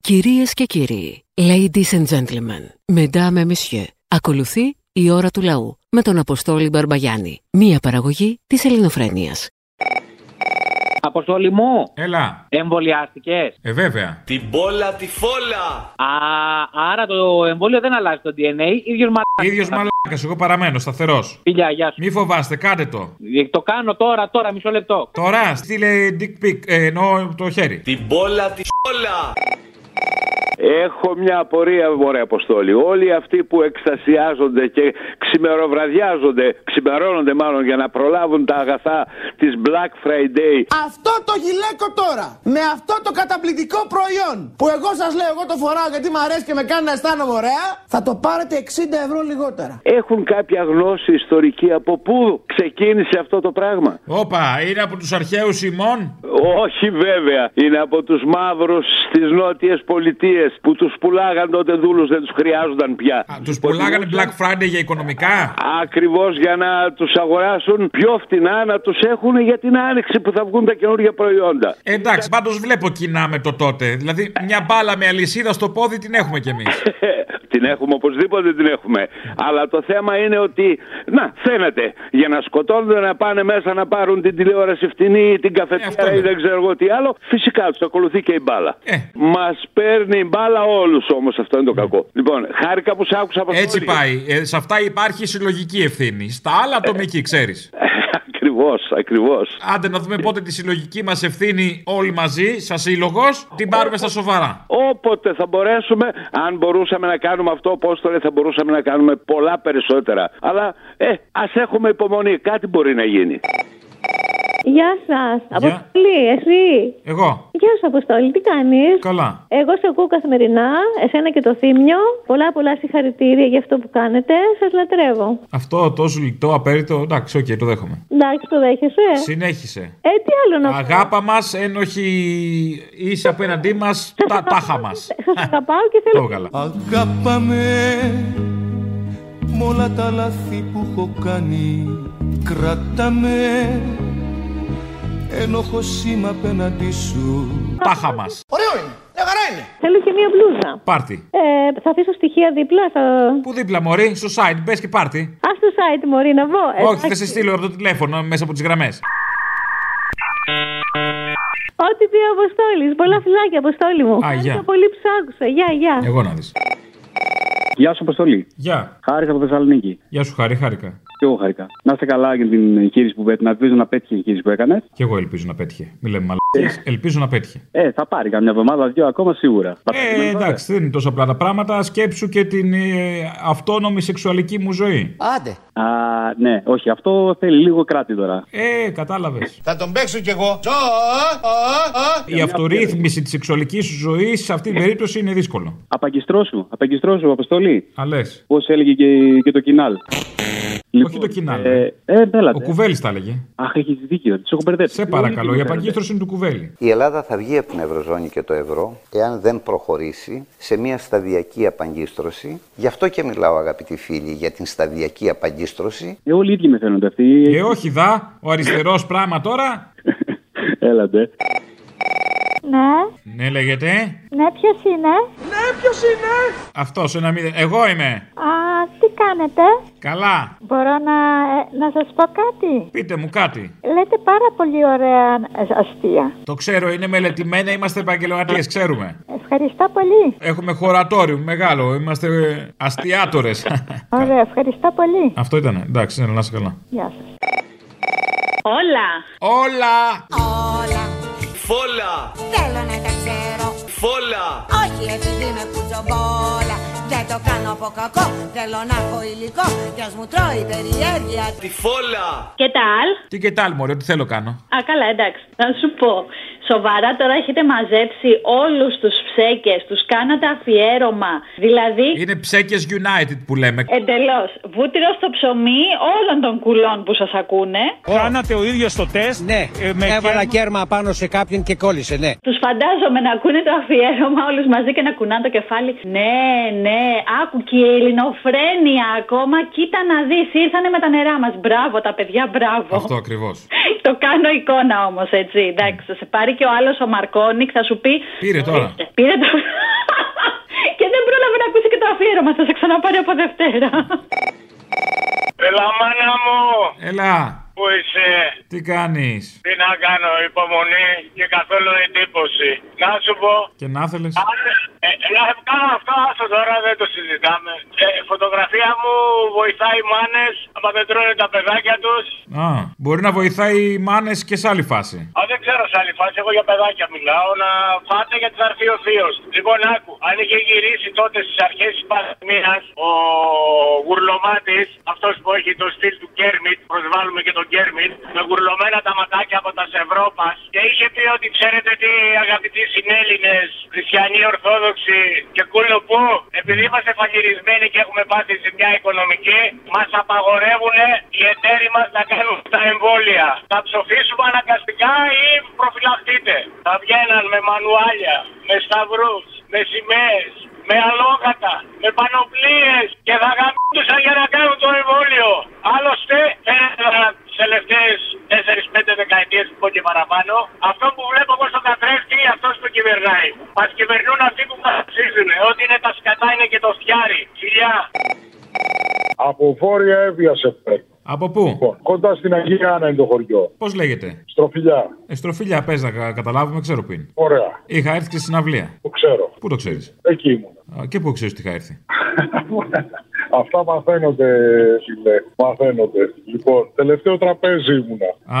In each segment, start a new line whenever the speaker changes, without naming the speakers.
Κυρίες και κύριοι, ladies and gentlemen, mesdames et messieurs, ακολουθεί η ώρα του λαού με τον Αποστόλη Μπαρμπαγιάννη, μία παραγωγή της ελληνοφρένειας.
Αποστόλη μου,
Έλα.
εμβολιάστηκες.
Ε, βέβαια.
Την πόλα τη φόλα!
Α, άρα το εμβόλιο δεν αλλάζει το DNA, ίδιος μα.
Ίδιος μαλάκας, εγώ παραμένω σταθερός.
Φιλιά, γεια σου.
Μη φοβάστε, κάντε το.
Ε, Το κάνω τώρα, τώρα, μισό λεπτό.
Τώρα στείλε dick pic, ε, εννοώ το χέρι.
Την πόλα τη φόλα!
Έχω μια απορία, μωρέ Αποστόλη. Όλοι αυτοί που εκστασιάζονται και ξημεροβραδιάζονται, ξημερώνονται μάλλον για να προλάβουν τα αγαθά της Black Friday.
Αυτό το γυλαίκο τώρα, με αυτό το καταπληκτικό προϊόν που εγώ σας λέω, εγώ το φοράω γιατί μου αρέσει και με κάνει να αισθάνομαι ωραία, θα το πάρετε 60 ευρώ λιγότερα.
Έχουν κάποια γνώση ιστορική από πού ξεκίνησε αυτό το πράγμα.
Όπα, είναι από τους αρχαίους ημών.
Όχι βέβαια, είναι από τους μαύρους στις νότιες πολιτείες που τους πουλάγαν τότε δούλους, δεν τους χρειάζονταν πια.
Τους πουλάγανε Black Friday για οικονομικά.
Ακριβώς για να τους αγοράσουν πιο φτηνά, να τους έχουν για την άνοιξη που θα βγουν τα καινούργια προϊόντα.
Ε, Εντάξει, πάντως βλέπω κοινά με το τότε. Δηλαδή, μια μπάλα με αλυσίδα στο πόδι την έχουμε κι εμείς.
την έχουμε, οπωσδήποτε την έχουμε. Αλλά το θέμα είναι ότι, να, φαίνεται, για να σκοτώνονται να πάνε μέσα να πάρουν την τηλεόραση φτηνή ή την
Ε, αυτό
καφετέρα
είναι.
ή δεν ξέρω εγώ τι άλλο, φυσικά τους ακολουθεί και η μπάλα.
Ε.
Μας παίρνει η μπάλα όλους όμως, αυτό είναι το κακό. Λοιπόν, χάρηκα που σ' άκουσα από
Ε. Έτσι πάει. Ε, σε αυτά υπάρχει συλλογική ευθύνη. Στα άλλα ατομική, ξέρεις.
Ε,
ακριβώς, ακριβώς.
Άντε να δούμε πότε τη συλλογική μας ευθύνη όλοι μαζί, σαν σύλλογος, την πάρουμε στα σοβαρά.
Όποτε θα μπορέσουμε, αν μπορούσαμε να κάνουμε αυτό, πώ το λέει, θα μπορούσαμε να κάνουμε πολλά περισσότερα. Αλλά ε, ας έχουμε υπομονή, κάτι μπορεί να γίνει.
Γεια σας. Αποστολή, εσύ.
Εγώ.
Γεια σου, Αποστολή, τι κάνεις.
Καλά.
Εγώ σε ακούω καθημερινά, εσένα και το θύμιο. Πολλά πολλά συγχαρητήρια για αυτό που κάνετε. Σας λατρεύω.
Αυτό τόσο λιτό, απέριτο. Εντάξει, οκ, το δέχομαι.
Εντάξει, το δέχεσαι.
Συνέχισε.
Ε, τι άλλο να πω.
Αγάπα μας, ένοχη είσαι απέναντί μας, τα τάχα μας.
Σας αγαπάω και
Το
θέλω.
έβγαλα.
Αγάπαμε μ' όλα τα λάθη που έχω κάνει Κράταμε ένοχο σήμα απέναντί σου
Τάχα μας.
Ωραίο είναι, μια χαρά είναι.
Θέλω και μία μπλούζα.
Πάρτι.
Ε, θα αφήσω στοιχεία δίπλα. Θα...
Πού δίπλα, Μωρή, στο site, μπες και πάρτι.
Α το site, Μωρή, να βγω.
Όχι,
Ε, Εντάξει.
θα σε στείλω από το τηλέφωνο μέσα από τις γραμμές.
Ό,τι πει ο Αποστόλης. Πολλά φιλάκια, Αποστόλη μου. Ευχαριστώ
γεια.
πολύ που σ' άκουσα. Γεια, γεια.
Εγώ να δεις.
Γεια σου, Αποστολή.
Γεια.
Χάρηκα από Θεσσαλονίκη. Ε.
Γεια σου, χάρη, χάρηκα.
Και εγώ χάρηκα. Να είσαι καλά για την εγχείρηση που πέτυχε. Να ελπίζω να πέτυχε η εγχείρηση που έκανες.
Κι εγώ ελπίζω να πέτυχε. Μη λέμε μαλακίες. Ελπίζω να πέτυχε.
Ε, θα πάρει καμιά εβδομάδα, δύο ακόμα σίγουρα. Θα
Ε, εντάξει, δεν είναι τόσο απλά τα πράγματα. Σκέψου και την ε, αυτόνομη σεξουαλική μου ζωή.
Άντε.
Α, ναι, όχι, αυτό θέλει λίγο κράτη τώρα.
Ε, κατάλαβες.
Θα τον παίξω κι εγώ Ζω, α, α, α.
Η αυτορύθμιση της σεξουαλικής σου ζωής σε
Ναι.
αυτή την περίπτωση είναι δύσκολο.
Απαγκιστρώσου, απαγκιστρώσου, Αποστολή.
Α, λες.
Πώς έλεγε και, και το κοινάλ.
το κοινάλ,
Ε,
ε.
ε, ε
Ο
μπέλατε.
Κουβέλης τα έλεγε.
Αχ, έχεις δίκιο, τους έχω μπερδέψει.
Σε παρακαλώ, η
Όλοι
απαγκίστρωση είναι του Κουβέλη.
Η Ελλάδα θα βγει από την Ευρωζώνη και το ευρώ εάν δεν προχωρήσει σε μια σταδιακή απαγκίστρωση. Γι' αυτό και μιλάω, αγαπητοί φίλοι, για την σταδιακή απαγκίστρωση.
Ε, όλοι οι ίδιοι με φαίνονται αυτοί.
Ε, όχι δα, ο αριστερός πράγμα τώρα.
Έλατε.
Ναι,
Ναι, λέγεται.
ναι, ποιος είναι.
Αυτός ένα μηδέν. Εγώ είμαι.
Α, τι κάνετε.
Καλά.
Μπορώ να, ε, να σας πω κάτι.
Πείτε μου κάτι.
Λέτε πάρα πολύ ωραία ε, αστεία.
Το ξέρω, είναι μελετημένα, είμαστε επαγγελματίες, ξέρουμε.
Ευχαριστώ πολύ.
Έχουμε χωρατόριο μεγάλο, είμαστε αστιάτορε.
Ωραία, ευχαριστώ πολύ.
Αυτό ήταν, εντάξει, ναι, να είσαι καλά.
Γεια σας.
Όλα.
Όλα!
Φόλα!
Θέλω να τα ξέρω.
Φόλα!
Όχι επειδή είμαι κουτσομπόλα. Δεν το κάνω από κακό. Θέλω να έχω υλικό. Κι ας μου τρώει περιέργεια.
Τη φόλα!
Και τα άλλα.
Τι και τάλ, μωρέ, τι θέλω κάνω.
Α, καλά, εντάξει. Να σου πω. Σοβαρά τώρα έχετε μαζέψει όλους τους ψέκες. Τους κάνατε αφιέρωμα. Δηλαδή...
Είναι ψέκες United που λέμε.
Εντελώς. Βούτυρο στο ψωμί όλων των κουλών που σας ακούνε.
Κάνατε ο ίδιος το τεστ
Ναι,
Ε,
έβαλα κέρμα πάνω σε κάποιον και κόλλησε, ναι.
Τους φαντάζομαι να ακούνε το αφιέρωμα όλους μαζί και να κουνάνε το κεφάλι. Ναι, ναι, άκου και η ελληνοφρένεια ακόμα. Κοίτα να δεις, ήρθανε με τα νερά μας. Μπράβο, τα παιδιά, μπράβο.
Αυτό ακριβώς.
το κάνω εικόνα όμως, έτσι. Εντάξει, θα σε πάρει και ο άλλος ο Μαρκόνικ, θα σου πει.
Πήρε τώρα.
«Ορίστε, Πήρε το. αφιέρωμα, θα σε ξαναπάρει από Δευτέρα.
Έλα, μάνα μου!
Έλα,
Πού είσαι,
τι κάνεις.
τι να κάνω, υπομονή και καθόλου εντύπωση. Να σου πω,
Και να θέλεις.
αν. Ε, ε, ε, κάνω αυτό, άστο τώρα, δεν το συζητάμε. Ε, φωτογραφία μου βοηθάει μάνε, άμα δεν τρώνε τα παιδάκια τους.
Α, μπορεί να βοηθάει οι μάνες και σε άλλη φάση.
Α, δεν ξέρω σε άλλη φάση, εγώ για παιδάκια μιλάω. Να φάτε γιατί θα έρθει ο θείο. Λοιπόν, άκου, αν είχε γυρίσει τότε στις αρχές της πανδημίας ο γουρλωμάτης, αυτός που έχει το στυλ του Κέρμιτ, προσβάλλουμε και τον Κέρμιτ, με γουρλωμένα τα ματάκια από τα Σευρώπα και είχε πει ότι ξέρετε τι, αγαπητοί συνέλληνες, χριστιανοί Ορθόδοξοι και κούλο που, επειδή είμαστε φαγυρισμένοι και έχουμε πάθει ζημιά οικονομική, μας απαγορεύουν οι εταίροι μας να κάνουν τα εμβόλια. Θα ψοφήσουμε αναγκαστικά ή προφυλαχτείτε. Θα βγαίναν με μανουάλια, με σταυρούς, με σημαίες, με αλόγατα, με πανοπλίες και θα γαμπτούσαν για να κάνουν το εμβόλιο. Άλλωστε, ένα τις τελευταίες 4-5 δεκαετίες που πω και παραπάνω, αυτό που βλέπω εγώ στον καθρέφτη, αυτός που κυβερνάει. Μας κυβερνούν αυτοί που μας ψήφουν, ότι είναι τα σκατά είναι και το φτιάρι. Φιλιά!
Από βόρεια έβγαια σε παίρνω. Λοιπόν,
Από πού?
Κοντά στην Αγία Άννα είναι το χωριό.
Πώς λέγεται.
Στροφιλιά.
Ε, στροφίλια, πες να κα- καταλάβουμε, ξέρω που είναι.
Ωραία.
Είχα έρθει και στην αυλία.
Το ξέρω.
Πού το ξέρεις.
Εκεί ήμουν.
Α, Και πού ξέρεις ότι είχα έρθει.
Αυτά μαθαίνονται, φίλε. Μαθαίνονται. Λοιπόν, τελευταίο τραπέζι ήμουνα.
Α,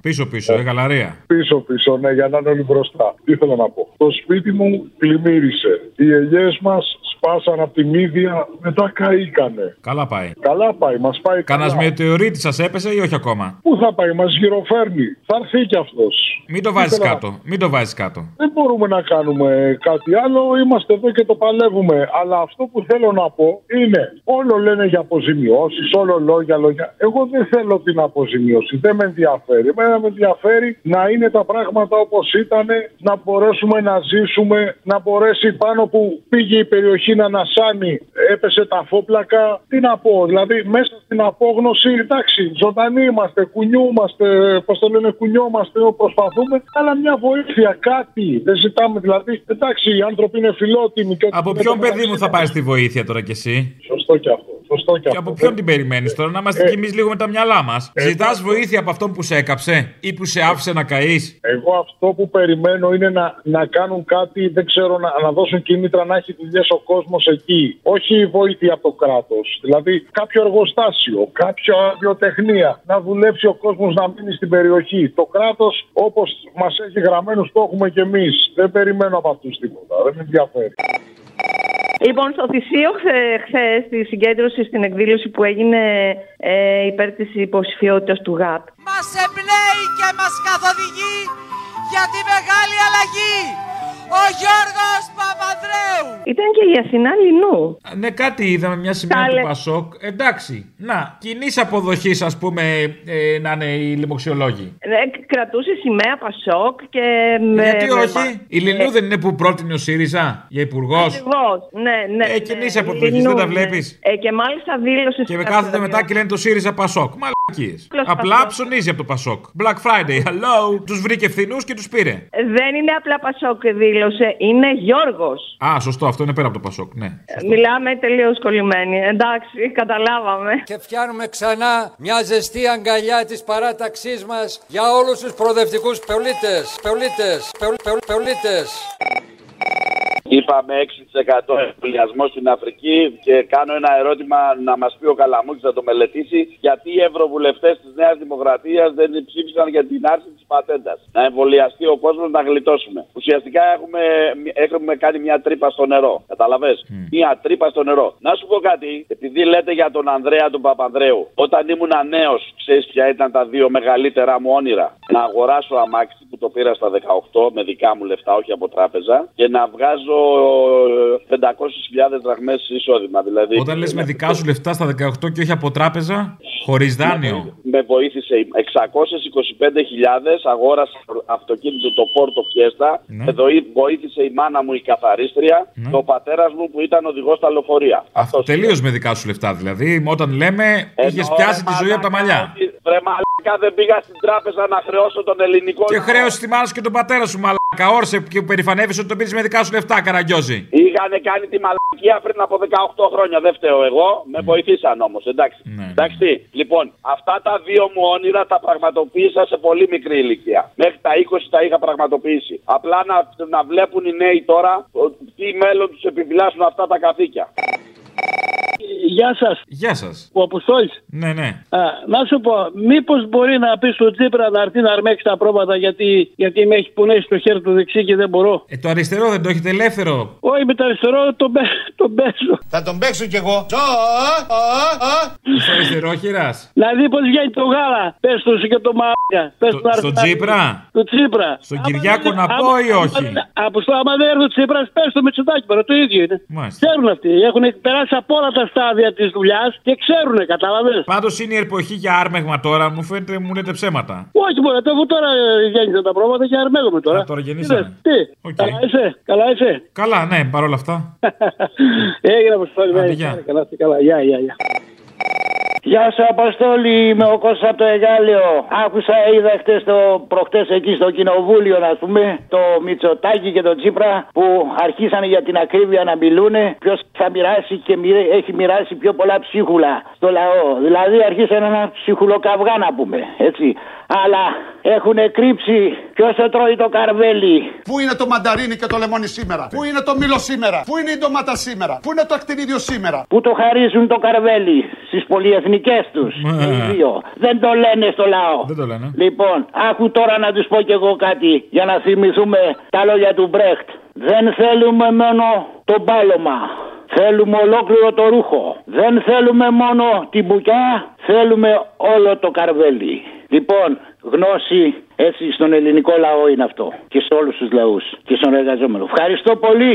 πίσω πίσω, ε, γαλαρία.
Πίσω, πίσω, ναι, για να είναι όλοι μπροστά. Τι θέλω να πω. Το σπίτι μου πλημμύρισε. Οι ελιές μας σπάσαν από τη μύδια, μετά καήκανε.
Καλά πάει.
Καλά πάει, μας πάει καλά.
Κανας μετεωρίτη σας έπεσε ή όχι ακόμα.
Πού θα πάει, μας γυροφέρνει. Θα έρθει κι αυτός.
Μην το βάζεις κάτω. Μην το βάζεις κάτω.
Δεν μπορούμε να κάνουμε κάτι άλλο. Είμαστε εδώ και το παλεύουμε. Αλλά αυτό που θέλω να πω είναι: Όλο λένε για αποζημιώσεις, όλο λόγια, λόγια. Εγώ δεν θέλω την αποζημίωση. Δεν με ενδιαφέρει. Εμένα με ενδιαφέρει να είναι τα πράγματα όπως ήταν, να μπορέσουμε να ζήσουμε, να μπορέσει πάνω που πήγε η περιοχή να ανασάνει, έπεσε τα φόπλακα. Τι να πω, δηλαδή μέσα στην απόγνωση, εντάξει, ζωντανοί είμαστε, κουνιούμαστε, πώς το λένε, κουνιόμαστε, προσπαθούμε, αλλά μια βοήθεια, κάτι. Δεν ζητάμε δηλαδή, εντάξει, οι άνθρωποι είναι φιλότιμοι. Και
Από ποιον παιδί μου θα πάρεις τη βοήθεια τώρα κι εσύ.
Σωστό κι αυτό. Ε, Σωστό κι
και από ποιον την περιμένεις τώρα, να είμαστε κι εμεί λίγο με τα μυαλά μας. Ζητάς
ε,
βοήθεια από αυτόν που σε έκαψε ή που σε άφησε να καείς.
Εγώ αυτό που περιμένω είναι να, να κάνουν κάτι, δεν ξέρω, να, να δώσουν κίνητρα να έχει δουλειές ο κόσμος εκεί. Όχι βοήθεια από το κράτος. Δηλαδή κάποιο εργοστάσιο, κάποια βιοτεχνία. Να δουλέψει ο κόσμος να μείνει στην περιοχή. Το κράτος, όπως μας έχει γραμμένους, το έχουμε κι εμείς. Δεν περιμένω από αυτούς τίποτα. Δεν με ενδιαφέρει.
Λοιπόν, στο Θησίο χθε, στη συγκέντρωση στην εκδήλωση που έγινε ε, υπέρ της υποψηφιότητας του ΓΑΠ.
Μας εμπνέει και μας καθοδηγεί για τη μεγάλη αλλαγή. Ο Γιώργος Παπανδρέου.
Ήταν και η Αθηνά Λινού.
Ναι, κάτι είδαμε, μια σημαία του Πασόκ. Εντάξει, να, κοινής αποδοχής, ας πούμε, ε, να είναι οι λοιμοξιολόγοι. Ε,
Ε, κρατούσε σημαία Πασόκ και. με-
Γιατί
με-
όχι, η Λινού δεν είναι που πρότεινε ο ΣΥΡΙΖΑ για υπουργός.
Ακριβώς, ναι, ναι.
Ε, κοινής αποδοχής,
Λινού,
δεν τα
ναι.
βλέπεις.
Ε, και μάλιστα δήλωσε.
Και με κάθονται μετά και λένε το ΣΥΡΙΖΑ Πασόκ. Μαλακίες.
Απλώς
Απλά
Πασόκ.
ψωνίζει από το Πασόκ. Black Friday, hello. Τους βρήκε φθηνούς και τους πήρε.
Ε, Δεν είναι απλά Πασόκ, δήλωσε. Είναι Γιώργος.
Α, σωστό, αυτό είναι πέρα από το Πασόκ, ναι.
Μιλάμε τελείως κολλημένοι. Εντάξει, καταλάβαμε.
Και φτιάχνουμε ξανά μια ζεστή αγκαλιά της παράταξής μας για όλους τους προοδευτικούς πεολίτες, πεολίτες, πεολ- πεολ- πεολίτες.
Είπαμε 6% εμβολιασμό στην Αφρική και κάνω ένα ερώτημα να μας πει ο Καλαμούκης να το μελετήσει γιατί οι ευρωβουλευτές της Νέας Δημοκρατίας δεν ψήφισαν για την άρση της πατέντας. Να εμβολιαστεί ο κόσμος να γλιτώσουμε. Ουσιαστικά έχουμε, έχουμε κάνει μια τρύπα στο νερό. Καταλαβες. Μια τρύπα στο νερό. Να σου πω κάτι, επειδή λέτε για τον Ανδρέα τον Παπανδρέου. Όταν ήμουν νέος, ξέρεις ποια ήταν τα δύο μεγαλύτερα μου όνειρα. Να αγοράσω αμάξι που το πήρα στα 18 με δικά μου λεφτά, όχι από τράπεζα, και να βγάζω ε, 500.000 δραχμές εισόδημα. Δηλαδή,
Όταν λες με δικά σου λεφτά στα 18 και όχι από τράπεζα, χωρίς
Ναι,
δάνειο.
με βοήθησε. η- 625.000 αγόρασα αυτοκίνητο το Πόρτο Φιέστα.
Ναι.
Με δοή- βοήθησε η μάνα μου η καθαρίστρια.
Ναι.
Και ο πατέρας μου που ήταν οδηγός στα λεωφορεία.
Τελείω με δικά σου λεφτά δηλαδή. Όταν λέμε, είχε
Εννοώ,
πιάσει
ρε
τη ζωή από τα μαλλιά.
Βρε μαλάκα, μαλακά δεν πήγα στην τράπεζα να χρεώσω τον ελληνικό
Και
λαό.
χρέο τη μάνα και τον πατέρα σου, μαλάκα. Όρσε που περηφανεύεις ότι τον πήρες με δικά σου λεφτά, καραγκιόζη.
Είχαν κάνει τη μαλακία πριν από 18 χρόνια. Δεν φταίω εγώ. Με βοηθήσαν όμως. Εντάξει. εντάξει. Λοιπόν, αυτά τα δύο μου όνειρα τα πραγματοποίησα σε πολύ μικρή ηλικία. Μέχρι τα 20 τα είχα πραγματοποιήσει. Απλά να, να βλέπουν οι νέοι τώρα ο- τι μέλλον τους επιφυλάσσουν αυτά τα καθήκια.
Γεια σας.
Γεια σας.
Ο Αποστόλης.
Ναι, ναι.
Να σου πω, μήπως μπορεί να πεις στον Τσίπρα να έρθει να αρμέξει τα πρόβατα γιατί, γιατί με έχει κουνέσει το χέρι του δεξί και δεν μπορώ.
Ε, το αριστερό δεν το έχετε ελεύθερο.
Όχι, με το αριστερό τον, πέ, τον παίζω. Θα τον παίξω κι εγώ.
Είσαι αριστερόχειρα.
Δηλαδή, πώς βγαίνει το γάλα. Πες του και το μάγκα. Πες
Το- στον Τσίπρα?
Του Τσίπρα.
Στον Κυριάκο να πω ή όχι.
Αποστό, άμα δεν έρθει ο Τσίπρας, πες το Μητσοτάκι πέρα. Το ίδιο είναι.
Μάλιστα.
Ξέρουν αυτοί. Έχουν περάσει από όλα τα στάδια της δουλειάς και ξέρουν, κατάλαβε.
Πάντως είναι η εποχή για άρμεγμα τώρα, μου φαίνεται μου λέτε ψέματα.
Όχι μόνο, εγώ τώρα ε, γέννησα τα πρόβατα και αρμέγομαι τώρα.
Α, τώρα γεννήσαμε.
Είδες, Τι, καλά είσαι, καλά είσαι.
Καλά, ναι, παρόλα αυτά.
Έγινε Αποστόλη,
Άντε,
ναι,
γεια.
καλά, καλά, καλά, γεια, γεια, γεια.
Γεια σου Αποστόλη, είμαι ο Κώστας από το Εγάλεο. Άκουσα, είδα χτες το, προχτές εκεί στο κοινοβούλιο, να πούμε, το Μητσοτάκι και το Τσίπρα που αρχίσανε για την ακρίβεια να μιλούν ποιος θα μοιράσει και μοιρε- έχει μοιράσει πιο πολλά ψίχουλα στο λαό. Δηλαδή αρχίσανε ένα ψυχουλοκαυγά να πούμε, έτσι. Αλλά έχουν κρύψει ποιος το τρώει το καρβέλι.
Πού είναι το μανταρίνι και το λεμόνι σήμερα. Πού είναι το μήλο σήμερα. Πού είναι η ντομάτα σήμερα. Πού είναι το ακτινίδιο σήμερα.
Που το χαρίζουν το καρβέλι στις πολυεθνικές τους. Οι δύο. Δεν το λένε στο λαό.
Ναι. Δεν το λένε.
Λοιπόν, άκου τώρα να τους πω κι εγώ κάτι για να θυμηθούμε τα λόγια του Μπρέχτ. Δεν θέλουμε μόνο το μπάλωμα. Θέλουμε ολόκληρο το ρούχο. Δεν θέλουμε μόνο την μπουκιά. Θέλουμε όλο το καρβέλι. Λοιπόν, γνώση έτσι στον ελληνικό λαό είναι αυτό. Και σε όλους τους λαούς. Και στον εργαζόμενο. Ευχαριστώ πολύ.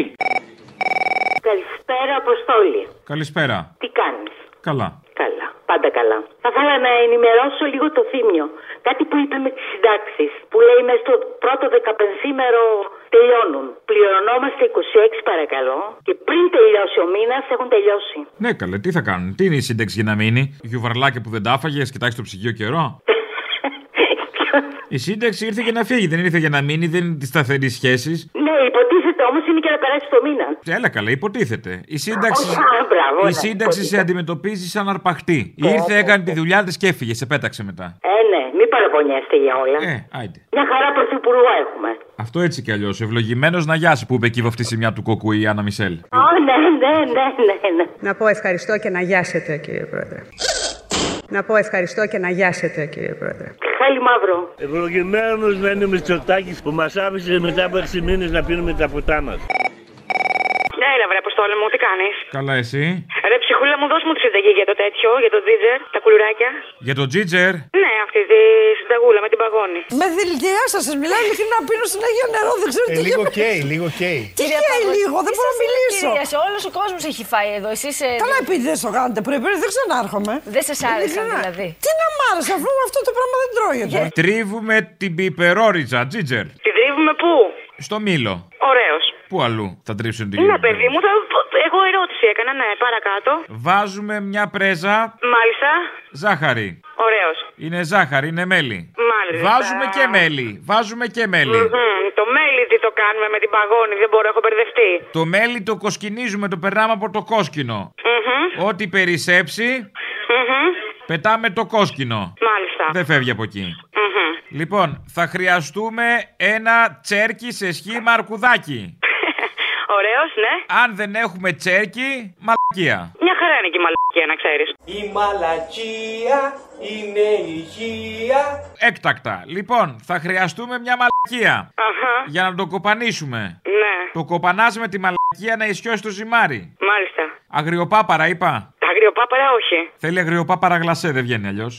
Καλησπέρα, Αποστόλη.
Καλησπέρα.
Τι κάνεις.
Καλά.
Καλά. Πάντα καλά. Θα ήθελα να ενημερώσω λίγο το θύμιο. Κάτι που είπε με τις συντάξεις. Που λέει με στο πρώτο 15ημερο τελειώνουν. Πληρωνόμαστε 26 παρακαλώ. Και πριν τελειώσει ο μήνας έχουν τελειώσει.
Ναι, καλέ, τι θα κάνουν. Τι είναι η σύνταξη για να μείνει. Γιουβαρλάκια που δεν τα άφαγες, κοιτάξει το ψυγείο καιρό. η σύνταξη ήρθε για να φύγει, δεν ήρθε για να μείνει, δεν είναι τη σταθερή σχέση.
Ναι, υποτίθεται όμως είναι και να περάσει το μήνα.
Έλα καλά, υποτίθεται. Η σύνταξη,
Όχι, α, μπράβο, ναι,
η σύνταξη σε
υποτίθεται.
αντιμετωπίζει σαν αρπαχτή. Ήρθε, έκανε τη δουλειά της και έφυγε, σε πέταξε μετά.
Ε, ναι, μην παραπονιέστε για όλα.
Ε, άιντε.
Μια χαρά πρωθυπουργό έχουμε.
Αυτό έτσι κι αλλιώς. Ευλογημένος να γιάσει που είπε εκεί η βαφτισιμιά του κοκκού η Άννα Μισελ.
Ω, ναι, ναι, ναι, ναι, ναι.
Να πω ευχαριστώ και να γιάσετε, κύριε Πρόεδρε. Να πω ευχαριστώ και να γιάσετε, κύριε Πρόεδρε.
Χάλι μαύρο.
Ευλογημένος να είναι ο Μητσοτάκης που μας άφησε μετά από 6 μήνες να πίνουμε τα ποτά μας.
Ναι, έλα, βρε, Αποστόλη μου, τι κάνεις.
Καλά, εσύ.
Ρε, ψυχούλα μου, δώσ' μου τη συνταγή για το τέτοιο, για το τζίτζερ, τα κουλουράκια.
Για τον Τζίτζερ.
Ναι, αυτή τη συνταγούλα με την παγόνη.
Με δηλητηριά σα, σα μιλάω ειλικρινά. Πίνω συνέχεια νερό, δεν
Ε,
ξέρω τι γίνεται.
Ε, λίγο καίει.
Τι λέει λίγο, δεν μπορώ να μιλήσω.
Όλος ο κόσμος έχει φάει εδώ. Εσείς.
Καλά, επειδή δεν στο κάνετε πρέπει, δεν ξανάρχομαι.
Δεν σας άρεσαν, δηλαδή.
Τι να μ' άρεσε, αφού αυτό το πράγμα δεν τρώγεται.
Τρίβουμε την πιπερόριτσα, Τζίτζερ.
Την τρίβουμε πού?
Στο μήλο.
Ωραίος.
Πού αλλού θα τρίψουν την
Ναι, παιδί μου, θα- εγώ ερώτηση έκανα, ναι, παρακάτω.
Βάζουμε μια πρέζα
Μάλιστα.
ζάχαρη.
Ωραίος.
Είναι ζάχαρη, είναι μέλι.
Μάλιστα.
Βάζουμε
ε.
και μέλι. Βάζουμε και μέλι.
το μέλι τι το κάνουμε με την παγόνη, δεν μπορώ, έχω μπερδευτεί.
Το μέλι το κοσκινίζουμε, το περνάμε από το κόσκινο. Ό,τι περισσέψει,
Μμμ.
πετάμε το κόσκινο.
Μάλιστα.
Δεν φεύγει από εκεί.
Μμμ.
Λοιπόν, θα χρειαστούμε ένα τσέρκι σε σχήμα αρκουδάκι.
Ωραίος, ναι.
Αν δεν έχουμε τσέρκι, μαλακία.
Μια χαρά είναι και η μαλακία, να ξέρεις.
Η μαλακία είναι υγεία.
Έκτακτα. Λοιπόν, θα χρειαστούμε μια μαλακία.
Αχα.
Για να το κοπανίσουμε.
Ναι,
Το κοπανάς με τη μαλακία να ισιώσει το ζυμάρι.
μάλιστα.
Αγριοπάπαρα, είπα.
Τα αγριοπάπαρα, όχι.
Θέλει αγριοπάπαρα γλασέ, δεν βγαίνει αλλιώς.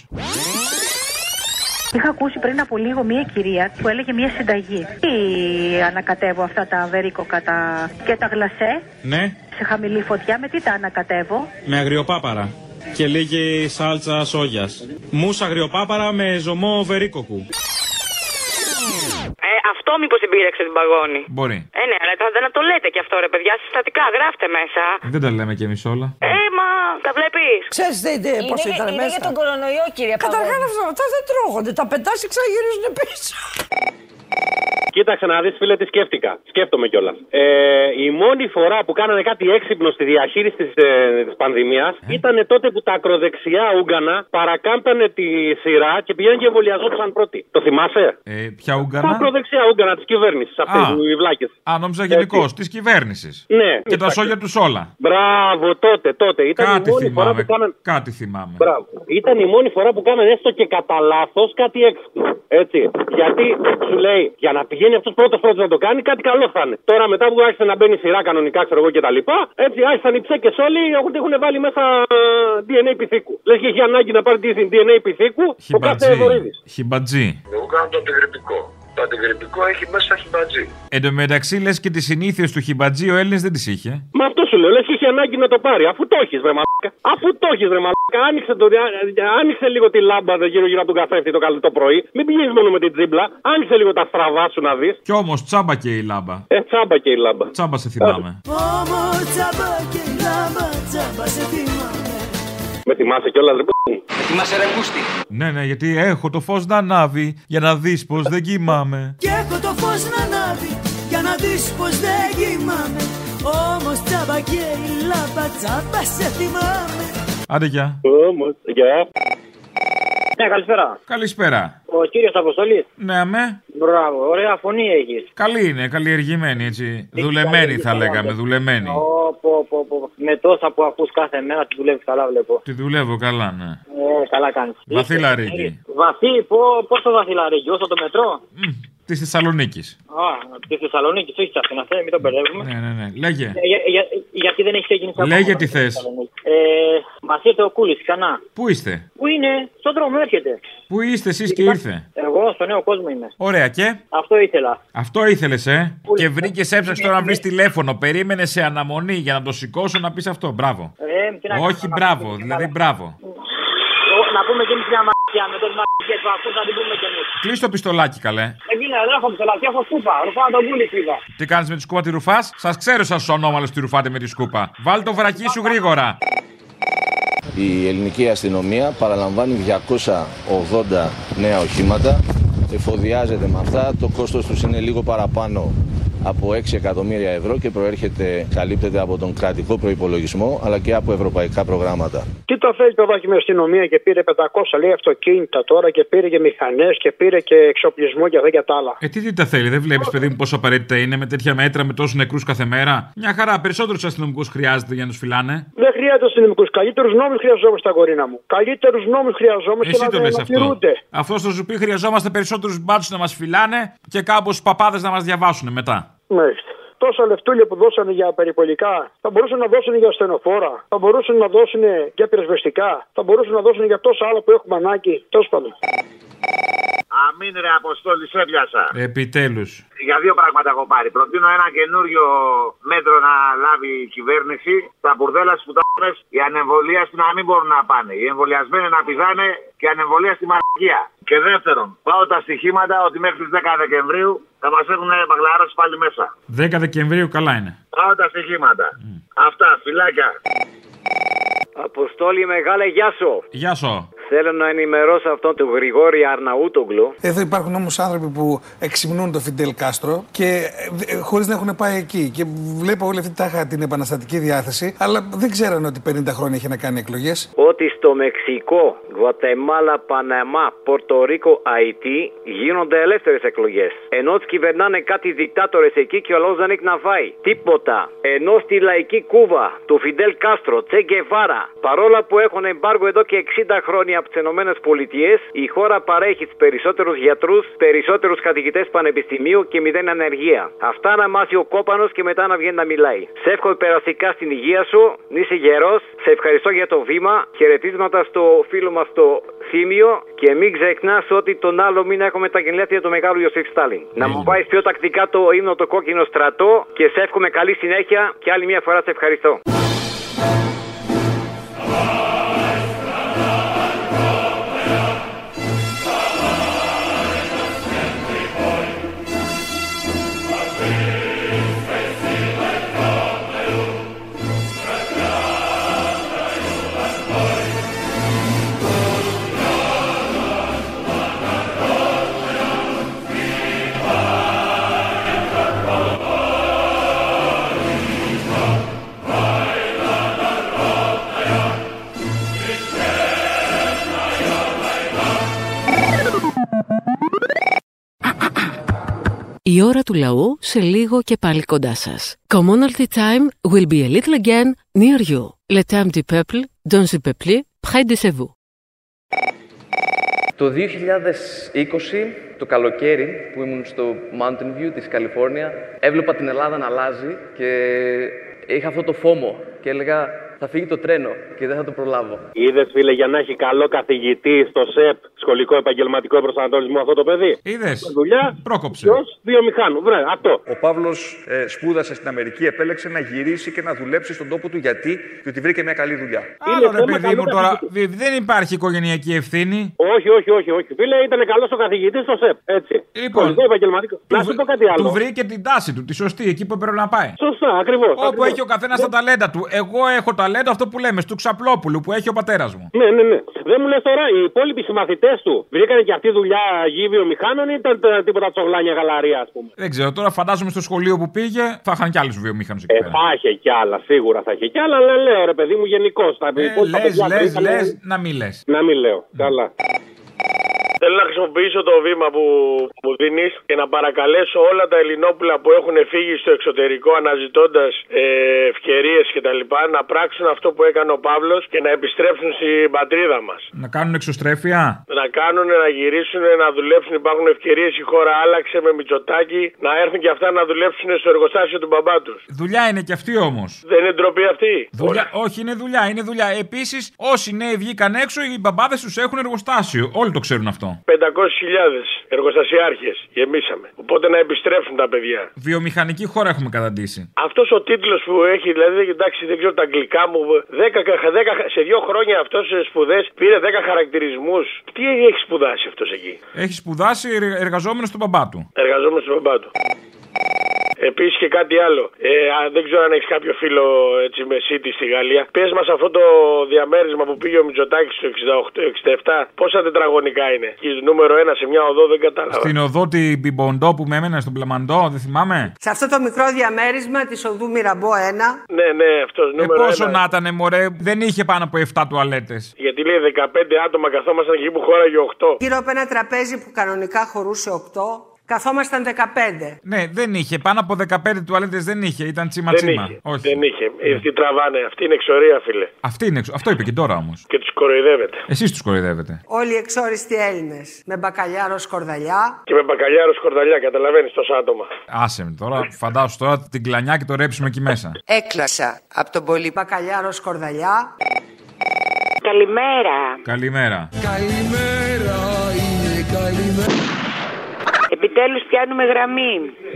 Είχα ακούσει πριν από λίγο μία κυρία που έλεγε μία συνταγή. Τι ανακατεύω αυτά τα βερίκοκα τα... και τα γλασέ
Ναι,
σε χαμηλή φωτιά, με τι τα ανακατεύω.
με αγριοπάπαρα και λίγη σάλτσα σόγιας. Μους αγριοπάπαρα με ζωμό βερίκοκου.
Ε, αυτό μήπως την πήραξε την παγόνη.
Μπορεί.
Ε, ναι, αλλά θα, να το λέτε κι αυτό, ρε παιδιά. Συστατικά, γράφτε μέσα.
Δεν τα λέμε κι εμείς όλα.
Ε, μα
τα βλέπεις.
Ξέρεις τι, τι,
Είναι
πώς
για-
ήταν
είναι
μέσα.
για τον κορονοϊό, κυρία
Καταρχάς
Παγώνη.
αυτά δεν τρώγονται. Τα πετάς και ξαναγυρίζουν πίσω.
Κοίταξε να δεις, φίλε, τι σκέφτηκα. Σκέφτομαι κιόλας. Ε, η μόνη φορά που κάνανε κάτι έξυπνο στη διαχείριση της ε, της πανδημίας ήταν τότε που τα ακροδεξιά Ούγγανα παρακάμπτανε τη σειρά και πηγαίνουν και εμβολιαζόντουσαν πρώτοι. Το θυμάσαι?
Ε, ποια
Τα
Ούγγανα.
ακροδεξιά Ούγγανα της κυβέρνησης.
Α.
Αυτέ οι βλάκες.
Α, νόμιζα γενικώ, της κυβέρνησης.
Ναι.
Και τα σόγια τους όλα.
Μπράβο, τότε, τότε. Ήταν
Κάτι
η μόνη φορά
θυμάμαι.
που κάνανε.
Κάτι θυμάμαι.
Μπράβο. Ήταν η μόνη φορά που κάνανε έστω και κατά λάθος κάτι έξυπνο. Έτσι. Γιατί σου λέει, για να πηγαίνει αυτός πρώτος πρώτος να το κάνει, κάτι καλό θα είναι. Τώρα μετά που άρχισε να μπαίνει σειρά κανονικά, ξέρω εγώ και τα λοιπά, έτσι άρχισαν οι ψέκες όλοι έχουν, έχουν βάλει μέσα ε, DNA πυθίκου. Λες και έχει ανάγκη να πάρει DNA πυθίκου ο κάθε
Χιμπατζή.
Βορύδη.
Χιμπατζή.
Εγώ κάνω το αντιγρυπτικό. Το αντιγρυπτικό έχει μέσα χιμπατζή.
Εν τω μεταξύ, λες και τις συνήθειες του χιμπατζή ο Έλληνες δεν τις είχε.
Μα αυτό σου λέω, λες και έχει ανάγκη να το πάρει. Αφού το έχεις, ρε μαλάκα. Αφού το έχεις, ρε μαλάκα. Άνοιξε, το, άνοιξε λίγο τη λάμπα γύρω-γύρω από τον καθρέφτη το, καλό το πρωί. Μην πηγαίνεις μόνο με την τζίμπλα. Άνοιξε λίγο τα στραβά σου να δεις.
Κι όμως τσάμπα και η λάμπα.
Ε, τσάμπα και η λάμπα.
Τσάμπα σε θυμάμαι.
Όμω τσάμπα και λάμπα, τσάμπα σε θυμάμαι.
Ε, Με θυμάσαι κιόλας, ρε π***.
Θυμάσαι ρε κούστη.
Ναι, ναι, γιατί έχω το φως να ανάβει για να δεις πως δεν κοιμάμαι.
Και έχω το φως να ανάβει για να δεις πως δεν κοιμάμαι. Όμως τσάμπα και η λάμπα, τσάμπα σε θυμάμαι.
Άντε γεια.
Όμως, γεια.
Ναι, καλησπέρα.
Καλησπέρα.
Ο κύριος Αποστολής.
Ναι, με.
Μπράβο, ωραία φωνή έχεις.
Καλή είναι, καλλιεργημένη έτσι. Δουλεμένη θα λέγαμε, δουλεμένη.
Με τόσα που ακούς κάθε μέρα, τη δουλεύεις καλά, βλέπω.
Τη δουλεύω καλά, ναι.
Ε, καλά κάνεις.
Βαθύ λαρίκι.
Βαθύ, πο, πόσο βαθύ λαρίκι, όσο το μετρό.
Της Θεσσαλονίκης.
Α, της Θεσσαλονίκης, όχι τη Αθήνα, ε, μην τον μπερδεύουμε.
Ναι, ναι, ναι. Λέγε.
Ε, για- για- γιατί δεν έχεις ξεκινήσει ακόμα.
Λέγε τι θες.
Ε, Μα ήρθε ο Κούλης ξανά.
Πού είστε,
Πού είναι, στον δρόμο έρχεται.
Πού είστε εσείς και ήρθε.
Εγώ στο νέο κόσμο είμαι.
Ωραία και.
Αυτό ήθελα.
Αυτό ήθελες, ε. Και βρήκες, έψαξες τώρα να βρεις τηλέφωνο. Περίμενε σε αναμονή για να το σηκώσω να πεις αυτό. Μπράβο.
Ε, τι να
Όχι, μπράβο, δηλαδή μπράβο.
Εγώ- Να πούμε και εμείς μια μαγιά με τόσε μαγικέ που ακούς, να την πούμε κι εμείς.
Κλείστο το πιστολάκι, καλέ.
Ε, μίλα, δεν έχω ψελάκι, έχω σκούπα. Ρουφάω τον κούλι πήγα.
Τι κάνεις με τη σκούπα τη ρουφάς. Σας ξέρω σα ονόμαλο τη ρουφάτε με τη σκούπα. Βάλ το βρακί σου γρήγορα.
Η ελληνική αστυνομία παραλαμβάνει 280 νέα οχήματα, εφοδιάζεται με αυτά, το κόστος τους είναι λίγο παραπάνω από 6 εκατομμύρια ευρώ και προέρχεται, καλύπτεται από τον κρατικό προϋπολογισμό αλλά και από ευρωπαϊκά προγράμματα.
Τι το θέλει το δάχτυλο η αστυνομία και πήρε 500 λέει αυτοκίνητα τώρα και πήρε και μηχανές και πήρε και εξοπλισμό και αυτά και τα άλλα.
Ε, τι, τι τα θέλει, δεν βλέπεις, παιδί μου, πόσο απαραίτητα είναι με τέτοια μέτρα, με τόσους νεκρούς κάθε μέρα. Μια χαρά, περισσότερους αστυνομικούς χρειάζεται για να τους φυλάνε.
Δεν χρειάζεται αστυνομικούς. Καλύτερους νόμους χρειαζόμαστε, αγορίνα μου. Καλύτερους νόμους χρειαζόμαστε
Εσύ το
να,
λες
να
αυτό.
τηρούνται.
Αυτό στο ζουπί χρειαζόμαστε περισσότερους μπάτσου να μας φυλάνε και κάπως παπάδες να μας διαβάσουν μετά.
Μάλιστα. Τόσα λεφτούλια που δώσανε για περιπολικά θα μπορούσαν να δώσουν για ασθενοφόρα, θα μπορούσαν να δώσουν για πυροσβεστικά, θα μπορούσαν να δώσουν για τόσα άλλα που έχουμε ανάγκη. Τέλος πάντων.
Αμήν ρε Αποστόλη, σε πιάσα.
Επιτέλους.
Για δύο πράγματα έχω πάρει. Προτείνω ένα καινούριο μέτρο να λάβει η κυβέρνηση. Τα μπουρδέλα στις πουτάνε, οι ανεμβολίαστοι να μην μπορούν να πάνε. Οι εμβολιασμένοι να πηδάνε και οι ανεμβολίαστοι μαραγία. Και δεύτερον, πάω τα στοιχήματα ότι μέχρι τις 10 Δεκεμβρίου θα μας έχουν μπαγλαρώσει πάλι μέσα.
10 Δεκεμβρίου καλά είναι.
Πάω τα στοιχήματα. Αυτά, φυλάκια.
Αποστόλη μεγάλε, γεια σου.
Γεια σου.
Θέλω να ενημερώσω αυτόν του Γρηγόρη Αρναούτογκλου.
Εδώ υπάρχουν όμως άνθρωποι που εξυμνούν το Φιντελ Κάστρο και χωρίς να έχουν πάει εκεί. Και βλέπω όλη αυτή τάχα την επαναστατική διάθεση, αλλά δεν ξέρανε ότι 50 χρόνια είχε να κάνει εκλογές.
Ότι στο Μεξικό, Γουατεμάλα, Παναμά, Πορτορίκο, Αϊτή γίνονται ελεύθερες εκλογές. Ενώ τις κυβερνάνε κάτι δικτάτορες εκεί και ο λαός δεν έχει να φάει. Τίποτα. Ενώ στη λαϊκή Κούβα του Φιντελ Κάστρο, Τσεγκεβάρα, παρόλα που έχουν εμπάργο εδώ και 60 χρόνια από τι ΗΠΑ, η χώρα παρέχει του περισσότερους γιατρούς, περισσότερους καθηγητές πανεπιστημίου και μηδέν ανεργία. Αυτά να μάθει ο κόπανος και μετά να βγαίνει να μιλάει. Σε εύχομαι περαστικά στην υγεία σου, να είσαι γερός, σε ευχαριστώ για το βήμα, χαιρετίσματα στο φίλο μας το Θήμιο και μην ξεχνάς ότι τον άλλο μήνα έχουμε τα γενέθλια του μεγάλου Ιωσήφ Στάλιν. Να μου βάλει πιο τακτικά το ύμνο το κόκκινο στρατό και σε εύχομαι καλή συνέχεια και άλλη μια φορά σε ευχαριστώ.
Thank you.
Η ώρα του λαού σε λίγο και πάλι κοντά σας. Commonalty time will be a little again near you. Le temps du peuple, dans le peuple, près de chez vous.
Το 2020, το καλοκαίρι που ήμουν στο Mountain View της Καλιφόρνια, έβλεπα την Ελλάδα να αλλάζει και είχα αυτό το φόμο και έλεγα θα φύγει το τρένο και δεν θα το προλάβω.
Είδε, φίλε, για να έχει καλό καθηγητή στο ΣΕΠ, σχολικό επαγγελματικό προσανατολισμό αυτό το παιδί.
Είδες.
Δουλειά.
Πρόκοψε.
Ποιος, δύο μηχάνου. Βρε, αυτό.
Ο Παύλος ε, σπούδασε στην Αμερική, επέλεξε να γυρίσει και να δουλέψει στον τόπο του γιατί, διότι βρήκε μια καλή δουλειά.
Άλλο ρε ναι, παιδί μου τώρα, δε- δεν υπάρχει οικογενειακή ευθύνη.
Όχι, όχι, όχι, όχι. Φίλε, ήταν καλός ο καθηγητής στο ΣΕΠ. Έτσι.
Λοιπόν,
Σχολικό επαγγελματικό. Να σου πω κάτι άλλο.
Του βρήκε την τάση του, τη σωστή, εκεί που έπρεπε να πάει.
Σωστά, Ναι. ακριβώς.
Όπου έχει ο καθένας τα ταλέντα του. Εγώ έχω ταλέντο αυτό που λέμε, του Ξαπλόπουλου που έχει ο πατέρας μου.
Ναι, ναι, ναι. Δεν μου λες τώρα, οι υπόλοιποι συμμαθητές του βρήκανε και αυτή δουλειά γη βιομηχάνων ή ήταν ε, τίποτα τσογλάνια γαλαρία, ας πούμε.
Δεν ξέρω, τώρα φαντάζομαι στο σχολείο που πήγε θα είχαν κι άλλους βιομηχανού εκεί πέρα.
Ε, Θα είχε κι άλλα, σίγουρα θα είχε κι άλλα, αλλά λέω ρε παιδί μου γενικώς. Τα
Ε,
υπόλοιπα
Λες,
παιδιά
λες,
βρήκανε-
λες, να μην λες.
Να μην λέω. Καλά.
Θέλω να χρησιμοποιήσω το βήμα που μου δίνεις και να παρακαλέσω όλα τα Ελληνόπουλα που έχουν φύγει στο εξωτερικό αναζητώντας ε, ευκαιρίες κτλ. να πράξουν αυτό που έκανε ο Παύλος και να επιστρέψουν στην πατρίδα μας.
Να κάνουν εξωστρέφεια.
Να κάνουν, να γυρίσουν, να δουλέψουν. Υπάρχουν ευκαιρίες, η χώρα άλλαξε με μυτσοτάκι. Να έρθουν και αυτά να δουλέψουν στο εργοστάσιο του μπαμπά τους.
Δουλειά είναι και αυτή όμως.
Δεν είναι ντροπή αυτή.
Δουλειά, όχι, είναι δουλειά, είναι δουλειά. Επίσης, όσοι νέοι βγήκαν έξω, οι μπαμπάδες τους έχουν εργοστάσιο. Όλοι το ξέρουν αυτό.
500.000 εργοστασιάρχες γεμίσαμε. Οπότε να επιστρέψουν τα παιδιά.
Βιομηχανική χώρα έχουμε καταντήσει.
Αυτός ο τίτλος που έχει, δηλαδή, εντάξει, δεν ξέρω τα αγγλικά μου. 10, κα- 10 σε δύο χρόνια αυτός σε σπουδές πήρε 10 χαρακτηρισμούς. Τι έχει σπουδάσει αυτός εκεί.
Έχει σπουδάσει εργ- εργαζόμενος στον μπαμπά του.
Εργαζόμενος στον παπά του. Επίσης και κάτι άλλο. Ε, α, δεν ξέρω αν έχεις κάποιο φίλο έτσι, με City στη Γαλλία. Πες μας αυτό το διαμέρισμα που πήγε ο Μητσοτάκης το 68-67. Πόσα τετραγωνικά είναι. Και νούμερο 1 σε μια οδό δεν κατάλαβα.
Στην οδό την Πιμποντό που με έμενε στον Πλαμαντό, δεν θυμάμαι.
Σε αυτό το μικρό διαμέρισμα της οδού Μυραμπό 1,
Ναι, ναι, αυτός
Ε,
νούμερο.
πόσο
ένα.
να ήταν, μωρέ, δεν είχε πάνω από 7 τουαλέτες.
Γιατί λέει 15 άτομα καθόμασταν εκεί που χώραγε 8.
γύρω από ένα τραπέζι που κανονικά χωρούσε 8, καθόμασταν 15.
Ναι, δεν είχε. Πάνω από 15 τουαλέτες δεν είχε. Ήταν τσίμα
Δεν
τσίμα.
είχε.
Όχι.
Δεν είχε. Αυτοί τραβάνε. Αυτή είναι εξορία, φίλε.
Αυτή είναι, εξ- αυτό είπε και τώρα όμως.
Και τους κοροϊδεύετε.
Εσείς τους κοροϊδεύετε.
Όλοι οι εξόριστοι Έλληνες. Με μπακαλιάρο σκορδαλιά.
Και με μπακαλιάρο σκορδαλιά, καταλαβαίνεις τόσα άτομα.
Άσε με τώρα, φαντάσου τώρα την κλανιά και το ρέψουμε εκεί μέσα.
Έκλασα από τον πολύ μπακαλιάρο σκορδαλιά.
Καλημέρα.
Καλημέρα.
Καλημέρα είναι καλημέρα. Επιτέλους πιάνουμε γραμμή.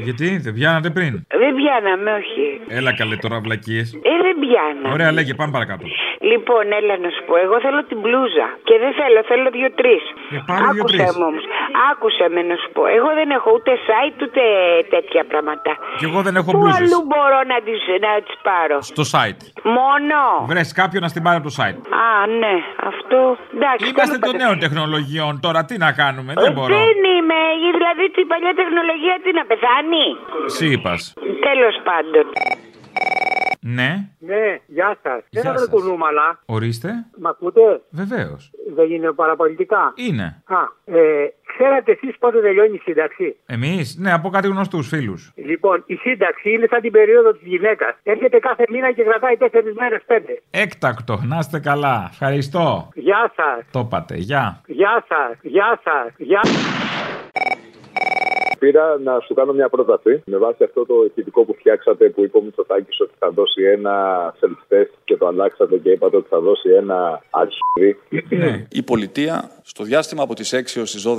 Γιατί δεν πιάνατε πριν.
Δεν πιάναμε, όχι.
Έλα καλέ τώρα βλακίες.
Ε, δεν πιάναμε.
Ωραία, λέγε, πάμε παρακάτω.
Λοιπόν, έλα να σου πω, εγώ θέλω την μπλούζα. Και δεν θέλω, θέλω δύο-τρει.
Ε, πάρε
Άκουσε
δύο-τρεις.
με όμως. Άκουσε με να σου πω. Εγώ δεν έχω ούτε site ούτε τέτοια πράγματα.
Κι εγώ δεν έχω
Πού
μπλούζες.
αλλού μπορώ να τις, να τις πάρω.
Στο site.
Μόνο.
Βρες κάποιον να στην πάρει από το site.
Α, ναι, αυτό. Εντάξει,
Είμαστε
τέλος
των
πάντων.
νέων τεχνολογιών τώρα, τι να κάνουμε,
Ε,
δεν μπορώ.
Δεν είμαι, δηλαδή η παλιά τεχνολογία τι να πεθάνει.
Εσύ είπας.
Τέλος πάντων.
Ναι,
Ναι, γεια σας. Δεν
Γεια
είναι
σας.
κονούμαλα.
ορίστε.
Μ' ακούτε,
Βεβαίως.
δεν είναι παραπολιτικά.
Είναι.
Α, ε, ξέρατε εσείς πότε τελειώνει η σύνταξη.
Εμείς, ναι, από κάτι γνωστούς φίλους.
Λοιπόν, η σύνταξη είναι σαν την περίοδο της γυναίκας. Έρχεται κάθε μήνα και κρατάει τέσσερις μέρες πέντε.
Έκτακτο, να είστε καλά. Ευχαριστώ.
Γεια σας.
Το είπατε, γεια.
Γεια σας. Γεια σας. Γεια Πήρα να σου κάνω μια πρόταση με βάση αυτό το ηχητικό που φτιάξατε που είπε ο Μητσοτάκης ότι θα δώσει ένα self-test και το αλλάξατε και είπατε ότι θα δώσει ένα αρχίδι.
Ναι.
Η πολιτεία στο διάστημα από τις 6 έως τις 12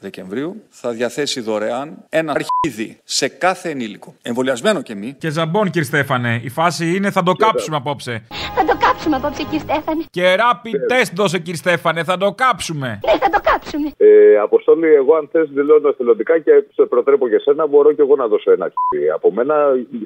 Δεκεμβρίου θα διαθέσει δωρεάν ένα αρχίδι σε κάθε ενήλικο. Εμβολιασμένο και μη.
Και ζαμπόν, κύριε Στέφανε, η φάση είναι θα το κάψουμε απόψε.
Θα το κάψουμε απόψε, κύριε Στέφανε.
Και rapid test δώσε, κύριε Στέφανε, θα το κάψουμε.
Ναι, θα το κάψουμε.
Ε, Αποστόλη, εγώ αν θες δηλώνω εθελοντικά και σε προτρέπω και σένα, μπορώ και εγώ να δώσω ένα αρχίδι. Από μένα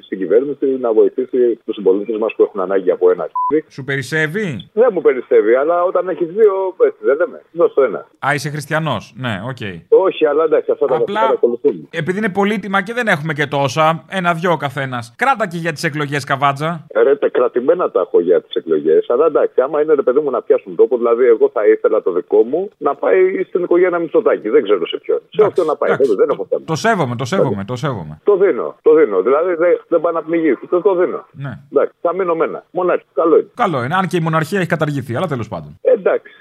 στην κυβέρνηση να βοηθήσει τους συμπολίτε μας που έχουν ανάγκη από ένα αρχίδι.
Σου περισσεύει.
Δεν μου περισσεύει, αλλά όταν έχεις δύο, έτσι δεν λέμε. Δώσω ένα.
Α, είσαι χριστιανός. Ναι, οκ.
Όχι, αλλά εντάξει, αυτά τα
Απλά-
Απλά... παρακολουθούν.
Επειδή είναι πολύτιμα και δεν έχουμε και τόσα, ένα-δυο ο καθένας. Κράτα και για τις εκλογές, καβάτζα.
Ρε, τα κρατημένα τα έχω για τις εκλογές. Αλλά εντάξει, άμα είναι ρε παιδί μου να πιάσουν τόπο, δηλαδή εγώ θα ήθελα το δικό μου να πάει στην οικογένεια Μητσοτάκη. Δεν ξέρω σε ποιον. Σε όποιον να πάει. Δεν, δεν έχω θέμα.
Το σέβομαι, το σέβομαι, το σέβομαι.
Το δίνω, το δίνω. Δηλαδή δεν, δεν πάω να πνιγεί. Το, το δίνω.
Ναι.
Εντάξει, θα μείνω με ένα. Μονάχα, καλό είναι. Ε,
Καλό είναι, αν και η μοναρχία έχει καταργηθεί, αλλά τέλος πάντων.
Εντάξει.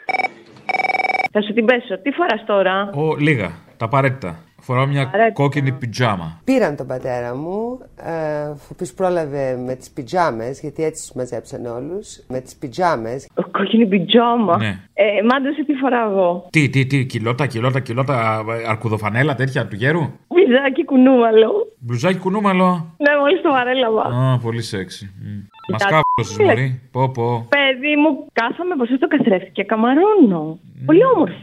Θα σου την πέσω. Τι φοράς τώρα.
Ο, λίγα, τα απαραίτητα. Φοράω μια
Απαραίτητα.
κόκκινη πιτζάμα.
Πήραν τον πατέρα μου, ε, ο οποίος πρόλαβε με τις πιτζάμες, γιατί έτσι τους μαζέψαν όλους, με τις πιτζάμες.
Κόκκινη πιτζόμα.
Ναι.
Ε, μάντωσε τι φορά εγώ.
Τι, τι, τι, κιλότα, κιλότα, κιλότα, ε, αρκουδοφανέλα τέτοια του γέρου.
Μιζάκι κουνούμαλο.
Μπλουζάκι κουνούμαλο.
Ναι, μόλις το βαρέλαβα.
Α, πολύ σεξι. Μμ. Μας
Κοιτάξτε.
κάβλωσες, Μωρή. Πω, πω.
Παιδί μου, κάθομαι μπροστά στο καθρέφτη και καμαρώνω.
Ναι.
Πολύ όμορφο.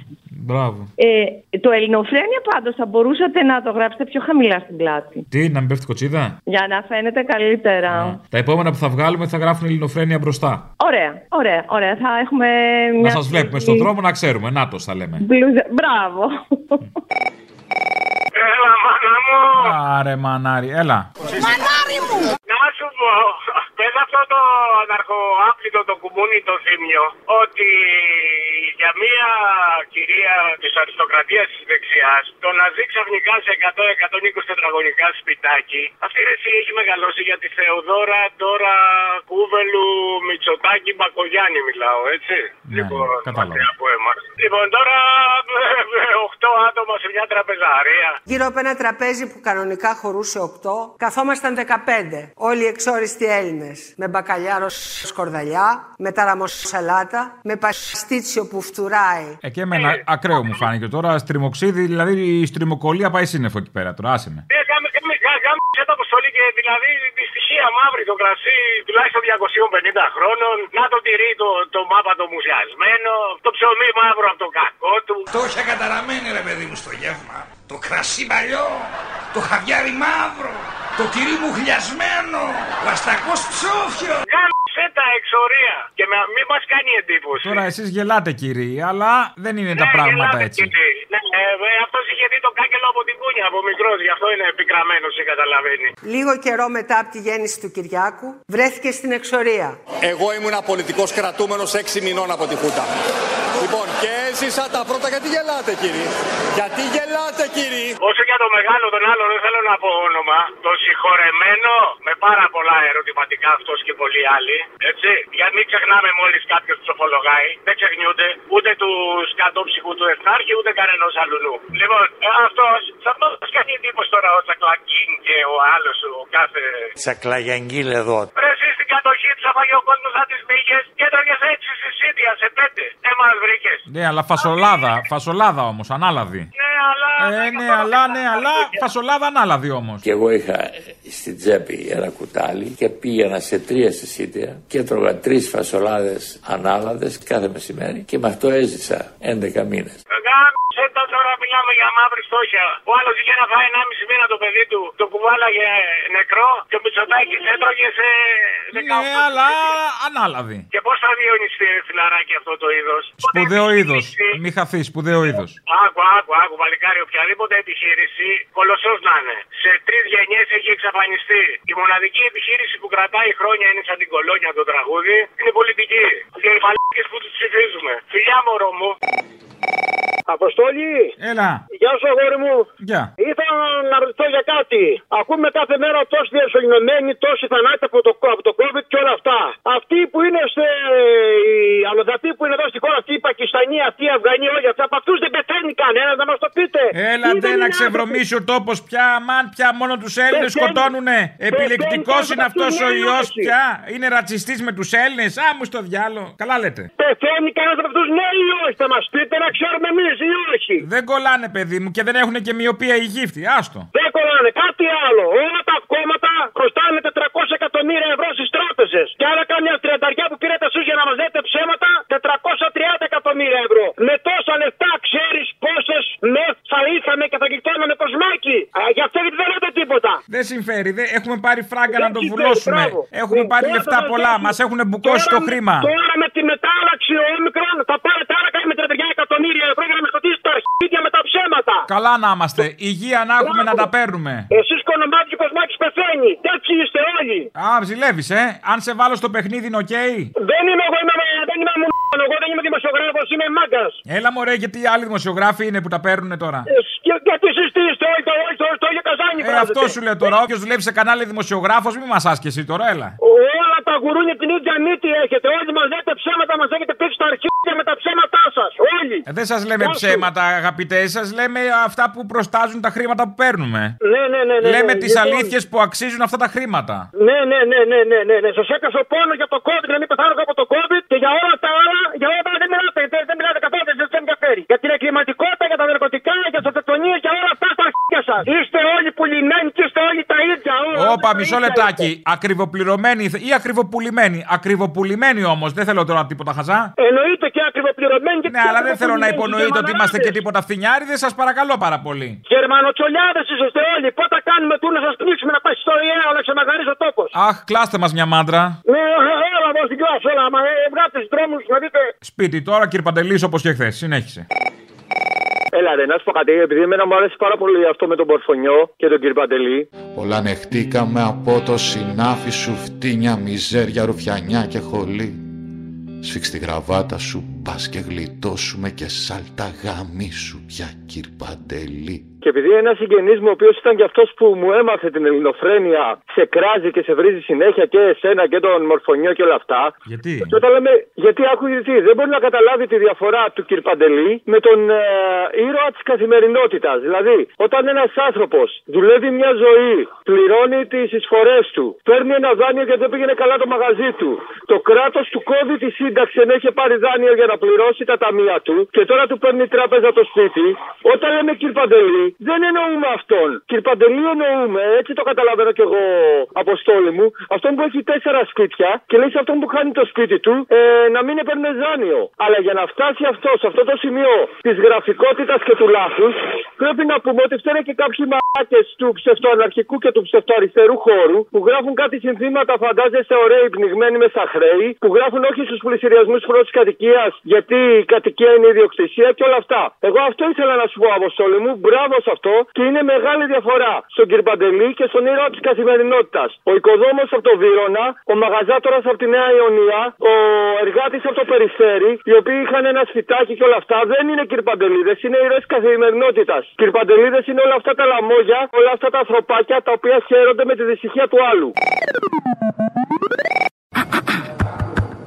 Μπράβο.
Ε, το ελληνοφρένια πάντως θα μπορούσατε να το γράψετε πιο χαμηλά στην πλάτη.
Τι, να μην πέφτει κοτσίδα.
Για να φαίνεται καλύτερα.
Τα επόμενα που θα βγάλουμε θα γράφουν ελληνοφρένεια μπροστά.
Ωραία, ωραία, ωραία. Θα έχουμε μια.
Να σας βλέπουμε στον δρόμο να ξέρουμε. Να το, θα λέμε.
Μπλούζα. Μπράβο.
Άρε, μανάρι, έλα.
Μανάρι μου! Να σου πω, πες αυτό το αναρχοάπλητο το κουμούνι το θύμιο, ότι για μία κυρία της αριστοκρατίας της δεξιάς, το να ζει ξαφνικά σε 100-120 τετραγωνικά σπιτάκι, αυτή η εσύ έχει μεγαλώσει για τη Θεοδόρα, τώρα Κούβελου, Μητσοτάκη, Μπακογιάννη μιλάω, έτσι. λοιπόν, μακριά από εμάς. Λοιπόν, τώρα 8 άτομα σε μια τραπεζαρία.
Γύρω από ένα τραπέζι που κανονικά χωρούσε 8, καθόμασταν 15. Όλοι οι εξόριστοι Έλληνες. Με μπακαλιάρο σκορδαλιά, με ταραμοσαλάτα, με παστίτσιο που φτουράει.
Ε, και εμένα ακραίο μου φάνηκε τώρα. Στριμοξίδι, δηλαδή η στριμοκολία πάει σύννεφο εκεί πέρα τώρα. Άσε με.
Ε, γάμι- γάμι- γά- γάμισε τα αποστολή και δηλαδή τη στοιχεία μαύρη το κρασί τουλάχιστον 250 χρόνων. Να το τυρί το, το μάπα το μουσιασμένο, το ψωμί μαύρο από το κακό του.
Το είχε καταραμένη ρε παιδί μου στο γεύμα. Το κρασί παλιό, το χαβιάρι μαύρο, το τυρί μου χλιασμένο, ο αστακός ψόφιος.
Γάμισε τα εξορία και με, μη μας κάνει εντύπωση.
Τώρα εσείς γελάτε, κύριοι, αλλά δεν είναι τα πράγματα
Ναι, γελάτε
έτσι.
κι εσείς. Ναι, ε, ε, αυτός είχε δει το κάγκελο από την κούνια από μικρός, γι' αυτό είναι επικραμένος, σε καταλαβαίνεις.
Λίγο καιρό μετά από τη γέννηση του Κυριάκου, βρέθηκε στην εξορία.
Εγώ ήμουν πολιτικό κρατούμενο 6 μηνών από τη Χούτα. Λοιπόν, και έζησα τα πρώτα. Γιατί γελάτε, κύριε. Γιατί γελάτε, κύριε.
Όσο για το μεγάλο τον άλλο δεν θέλω να πω όνομα, το συγχωρεμένο με πάρα πολλά ερωτηματικά αυτός και πολλοί άλλοι, έτσι. Γιατί μην ξεχνάμε μόλις κάποιος ψοφολογάει, δεν ξεχνιούνται ούτε του κατόψυχου του Εθνάρχη ούτε κανενός άλλου νου. Λοιπόν, ε, αυτός, σε αυτό μας κάνει εντύπωση τώρα ο Τσακλακίν και ο άλλος ο κάθε...
Τσακλαγιανγκίλ εδώ.
Ρε εσείς στην κατοχή ψαφαγε ο κόσμος σαν τις μύγες και έτρωγες έξι συσίδια σε πέντε. Δεν μας βρήκες.
Ναι, αλλά φασολάδα. Φασολάδα όμως, ανάλαδη.
Ναι, αλλά...
Ε, ναι, αλλά, ναι, αλλά. Φασολάδα ανάλαδη όμως.
Και εγώ είχα στην τσέπη ένα κουτάλι και πήγαινα σε τρία συσίτια και έτρωγα τρεις φασολάδες ανάλαδες κάθε μεσημέρι και με αυτό έζησα 11 μήνες.
Γάμισε τα τώρα μιλάμε για μαύρη φτώχεια. Ο άλλος είχε να φάει 1,5 μήνα το παιδί του, το κουβάλαγε νεκρό και ο Μητσοτάκης έτρωγε σε 18
Ναι, αλλά ανάλαδη.
Και πώς θα διονυστεί, ρε φιλαράκι, αυτό το είδος.
Σπουδαίο είδος. Μη χαθείς, σπουδαίο είδος.
Άκου, άκου, άκου, παλικάρι, οποιαδήποτε επιχείρηση, κολοσσός να είναι. Σε τρεις γενιές έχει εξαφανιστεί. Η μοναδική επιχείρηση που κρατάει χρόνια είναι σαν την κολόνια το τραγούδι, είναι η πολιτική. Και οι παλικάρε που τους ψηφίζουμε. Φιλιά, μωρό μου.
Αποστόλη!
Έλα.
Γεια σου, αγόρι μου!
Γεια.
Ήθελα να ρωτήσω για κάτι. Ακούμε κάθε μέρα τόσοι διασωληνωμένοι, τόσοι θανάτοι από το, από το COVID και όλα αυτά. Αυτοί που είναι σε. ε, οι αλλοδαποί που είναι εδώ στη χώρα, αυτοί οι Πακιστανοί, αυτοί οι Αφγανοί, όλοι αυτοί, από αυτούς δεν πεθαίνει κανένας, να μας το πείτε. Τι δεν
Έλατε να
είναι
ξεβρωμίσει ο τόπος πια, αμάν πια μόνο τους Έλληνες
Πεθαίνει.
σκοτώνουνε.
Πεθαίνει
Επιλεκτικός
κάθε
είναι αυτός ο
καθημερινή
ιό
ερώτηση.
πια. Είναι ρατσιστής με τους Έλληνες. Άμου στο διάλο. Καλά λέτε.
Πεθαίνει κανένας από αυτούς, ναι ή όχι, θα μας πείτε να ξέρουμε εμείς ή όχι.
Δεν κολλάνε, παιδί μου, και δεν έχουν και μοιοπία οι γύφτοι. Άστο.
Δεν κολλάνε, κάτι άλλο. Όλα τα κόμματα χρωστάνε 400 εκατομμύρια ευρώ στις τράπεζες. Και άρα καμιά τριανταριά που πήρε τα σου για να μας λέτε ψέματα, 430 εκατομμύρια ευρώ. Με τόσα λεφτά ξέρεις πόσες μεθ θα είχαμε και θα γλιτώναμε κοσμάκι. Α, Γι' αυτό γιατί δεν λέτε τίποτα.
Δεν συμφέρει. Δεν... Έχουμε πάρει φράγκα να το
συμφέρει,
βουλώσουμε.
μπράβο.
Έχουμε πάρει
Τώρα θα
λεφτά
μας
πολλά.
δώσουν.
Μας έχουν μπουκώσει το
Τώρα-
χρήμα.
Τώρα με τη μετάλλαξη όμικρον θα πάρετε άρα κάνει με 30 εκατομμύρια ευρώ για να με κρατήσει τα αρχίδια με τα ψέματα.
Καλά να είμαστε. Υγεία να έχουμε να τα παίρνουμε.
Εσείς κονομάτι και κοσμάκι πεθαίνει. Τέτοιοι είστε όλοι.
Α, ψηλεύει, ε. Αν σε βάλω στο παιχνίδι, είναι οκ.
Δεν είμαι εγώ, είμαι, δεν είμαι μου. Εγώ δεν είμαι δημοσιογράφος, είμαι μάγκας. Ε,
Έλα μωρέ, γιατί οι άλλοι δημοσιογράφοι είναι που τα παίρνουν τώρα.
Γιατί εσείς τι είστε, όλοι το, όλοι το, όλοι το
για καζάνι
Ε,
βράζεται.
αυτό σου λέω τώρα. Όποιος δουλεύει σε κανάλι δημοσιογράφος, μη μας άσκεσαι τώρα, έλα.
Όλα τα γουρούνια την ίδια νύτη έχετε. Όλοι μας λέτε ψέματα, μας έχετε πήξει τα αρχίδια με τα ψέματά σας. Όλοι.
Ε, Δεν σας λέμε
Άσου.
ψέματα, αγαπητέ. Σας λέμε αυτά που προστάζουν τα χρήματα που παίρνουμε.
Ναι, ναι, ναι. ναι
λέμε
ναι,
τις
λοιπόν.
αλήθειες που αξίζουν αυτά τα χρήματα.
Ναι, ναι, ναι, ναι, ναι, ναι, ναι. Σας έκασα πόνο για το COVID, να μην πεθάνω εγώ από το COVID και για όλα τα άλλα, για όλα τα άλλα δεν μιλάτε. Δεν, δεν μιλάτε καθόλου, δεν σας ενδιαφέρει. Για την εγκληματικότητα, για τα ναρκωτικά, για τις αυτοκτονίες, για όλα αυτά τα αρχίδια σα. Είστε όλοι πουλημένοι και είστε όλοι τα ίδια. όλα τα
Όπα, μισό
ίδια είστε.
λεπτάκι. Ακριβοπληρωμένοι ή ακριβοπουλημένοι. Ακριβοπουλημένοι όμως, δεν θέλω τώρα τίποτα χαζά.
Εννοείται και ακριβοπληρωμένοι και
Ναι, αλλά δεν θέλω να υπονοείτε ότι είμαστε και τίποτα φθηνιάριδε, σας παρακαλώ πάρα πολύ.
Γερμανοτσολιάδες είσαστε όλοι. Πότε θα κάνουμε τού να σας πνίξουμε να πάει στο ΙΕΑ να ξεμαγαρίζει ο τόπος.
Αχ, κλάστε μας μια μάντρα.
Ναι, όλα μα την κλάση, όλα. Μα ε, βγάλτε τους δρόμους να δείτε.
Σπίτι τώρα, κύριε Παντελής, όπως και χθες. Συνέχισε.
Έλα ρε, να σου πω κάτι, επειδή εμένα μου αρέσει πάρα πολύ αυτό με τον Πορφωνιό και τον κύριο Παντελή.
Πολανεχτήκαμε από το συνάφι σου φτύνια, μιζέρια, ρουφιανιά και χολή. Σφίξ τη γραβάτα σου, πας και γλιτώσουμε και σάλτα γαμί σου πια κυρπαντελή.
Και επειδή ένα συγγενής μου, ο οποίος ήταν και αυτός που μου έμαθε την ελληνοφρένεια, σε κράζει και σε βρίζει συνέχεια και εσένα και τον Μορφωνιό και όλα αυτά.
Γιατί?
Και όταν λέμε, γιατί άκουγε τι, δεν μπορεί να καταλάβει τη διαφορά του κυρ Παντελή με τον ε, ήρωα της καθημερινότητας. Δηλαδή, όταν ένας άνθρωπος δουλεύει μια ζωή, πληρώνει τις εισφορές του, παίρνει ένα δάνειο γιατί δεν πήγαινε καλά το μαγαζί του, το κράτος του κόβει τη σύνταξη ενώ είχε πάρει δάνειο για να πληρώσει τα ταμεία του και τώρα του παίρνει η τράπεζα το σπίτι. Όταν λέμε κυρ Παντελή, δεν εννοούμε αυτόν. Κυρ Παντελή εννοούμε, έτσι το καταλαβαίνω κι εγώ, Αποστόλη μου, αυτόν που έχει τέσσερα σπίτια και λέει σε αυτόν που χάνει το σπίτι του ε, να μην έπαιρνε δάνειο. Αλλά για να φτάσει αυτός σε αυτό το σημείο της γραφικότητας και του λάθους, πρέπει να πούμε ότι φταίνε και κάποιοι μαλάκε του ψευτοαναρχικού και του ψευτοαριστερού χώρου που γράφουν κάτι συνθήματα, φαντάζεστε, ωραίοι πνιγμένοι με στα χρέη, που γράφουν όχι στους πλησιριασμούς πρώτης κατοικίας γιατί η κατοικία είναι ιδιοκτησία και όλα αυτά. Εγώ αυτό ήθελα να σου πω, Αποστόλη μου, μπράβο σε αυτό και είναι μεγάλη διαφορά στον κύριο Παντελή και στον ήρωα της καθημερινότητας. Ο οικοδόμος από το Βύρονα, ο μαγαζάτορας από τη Νέα Ιωνία, ο εργάτης από το Περιστέρι, οι οποίοι είχαν ένα σφιτάκι και όλα αυτά, δεν είναι κυρπαντελίδε, είναι ήρωες καθημερινότητα. Κυρπαντελίδε είναι όλα αυτά τα λαμόγια, όλα αυτά τα ανθρωπάκια τα οποία χαίρονται με τη δυστυχία του άλλου.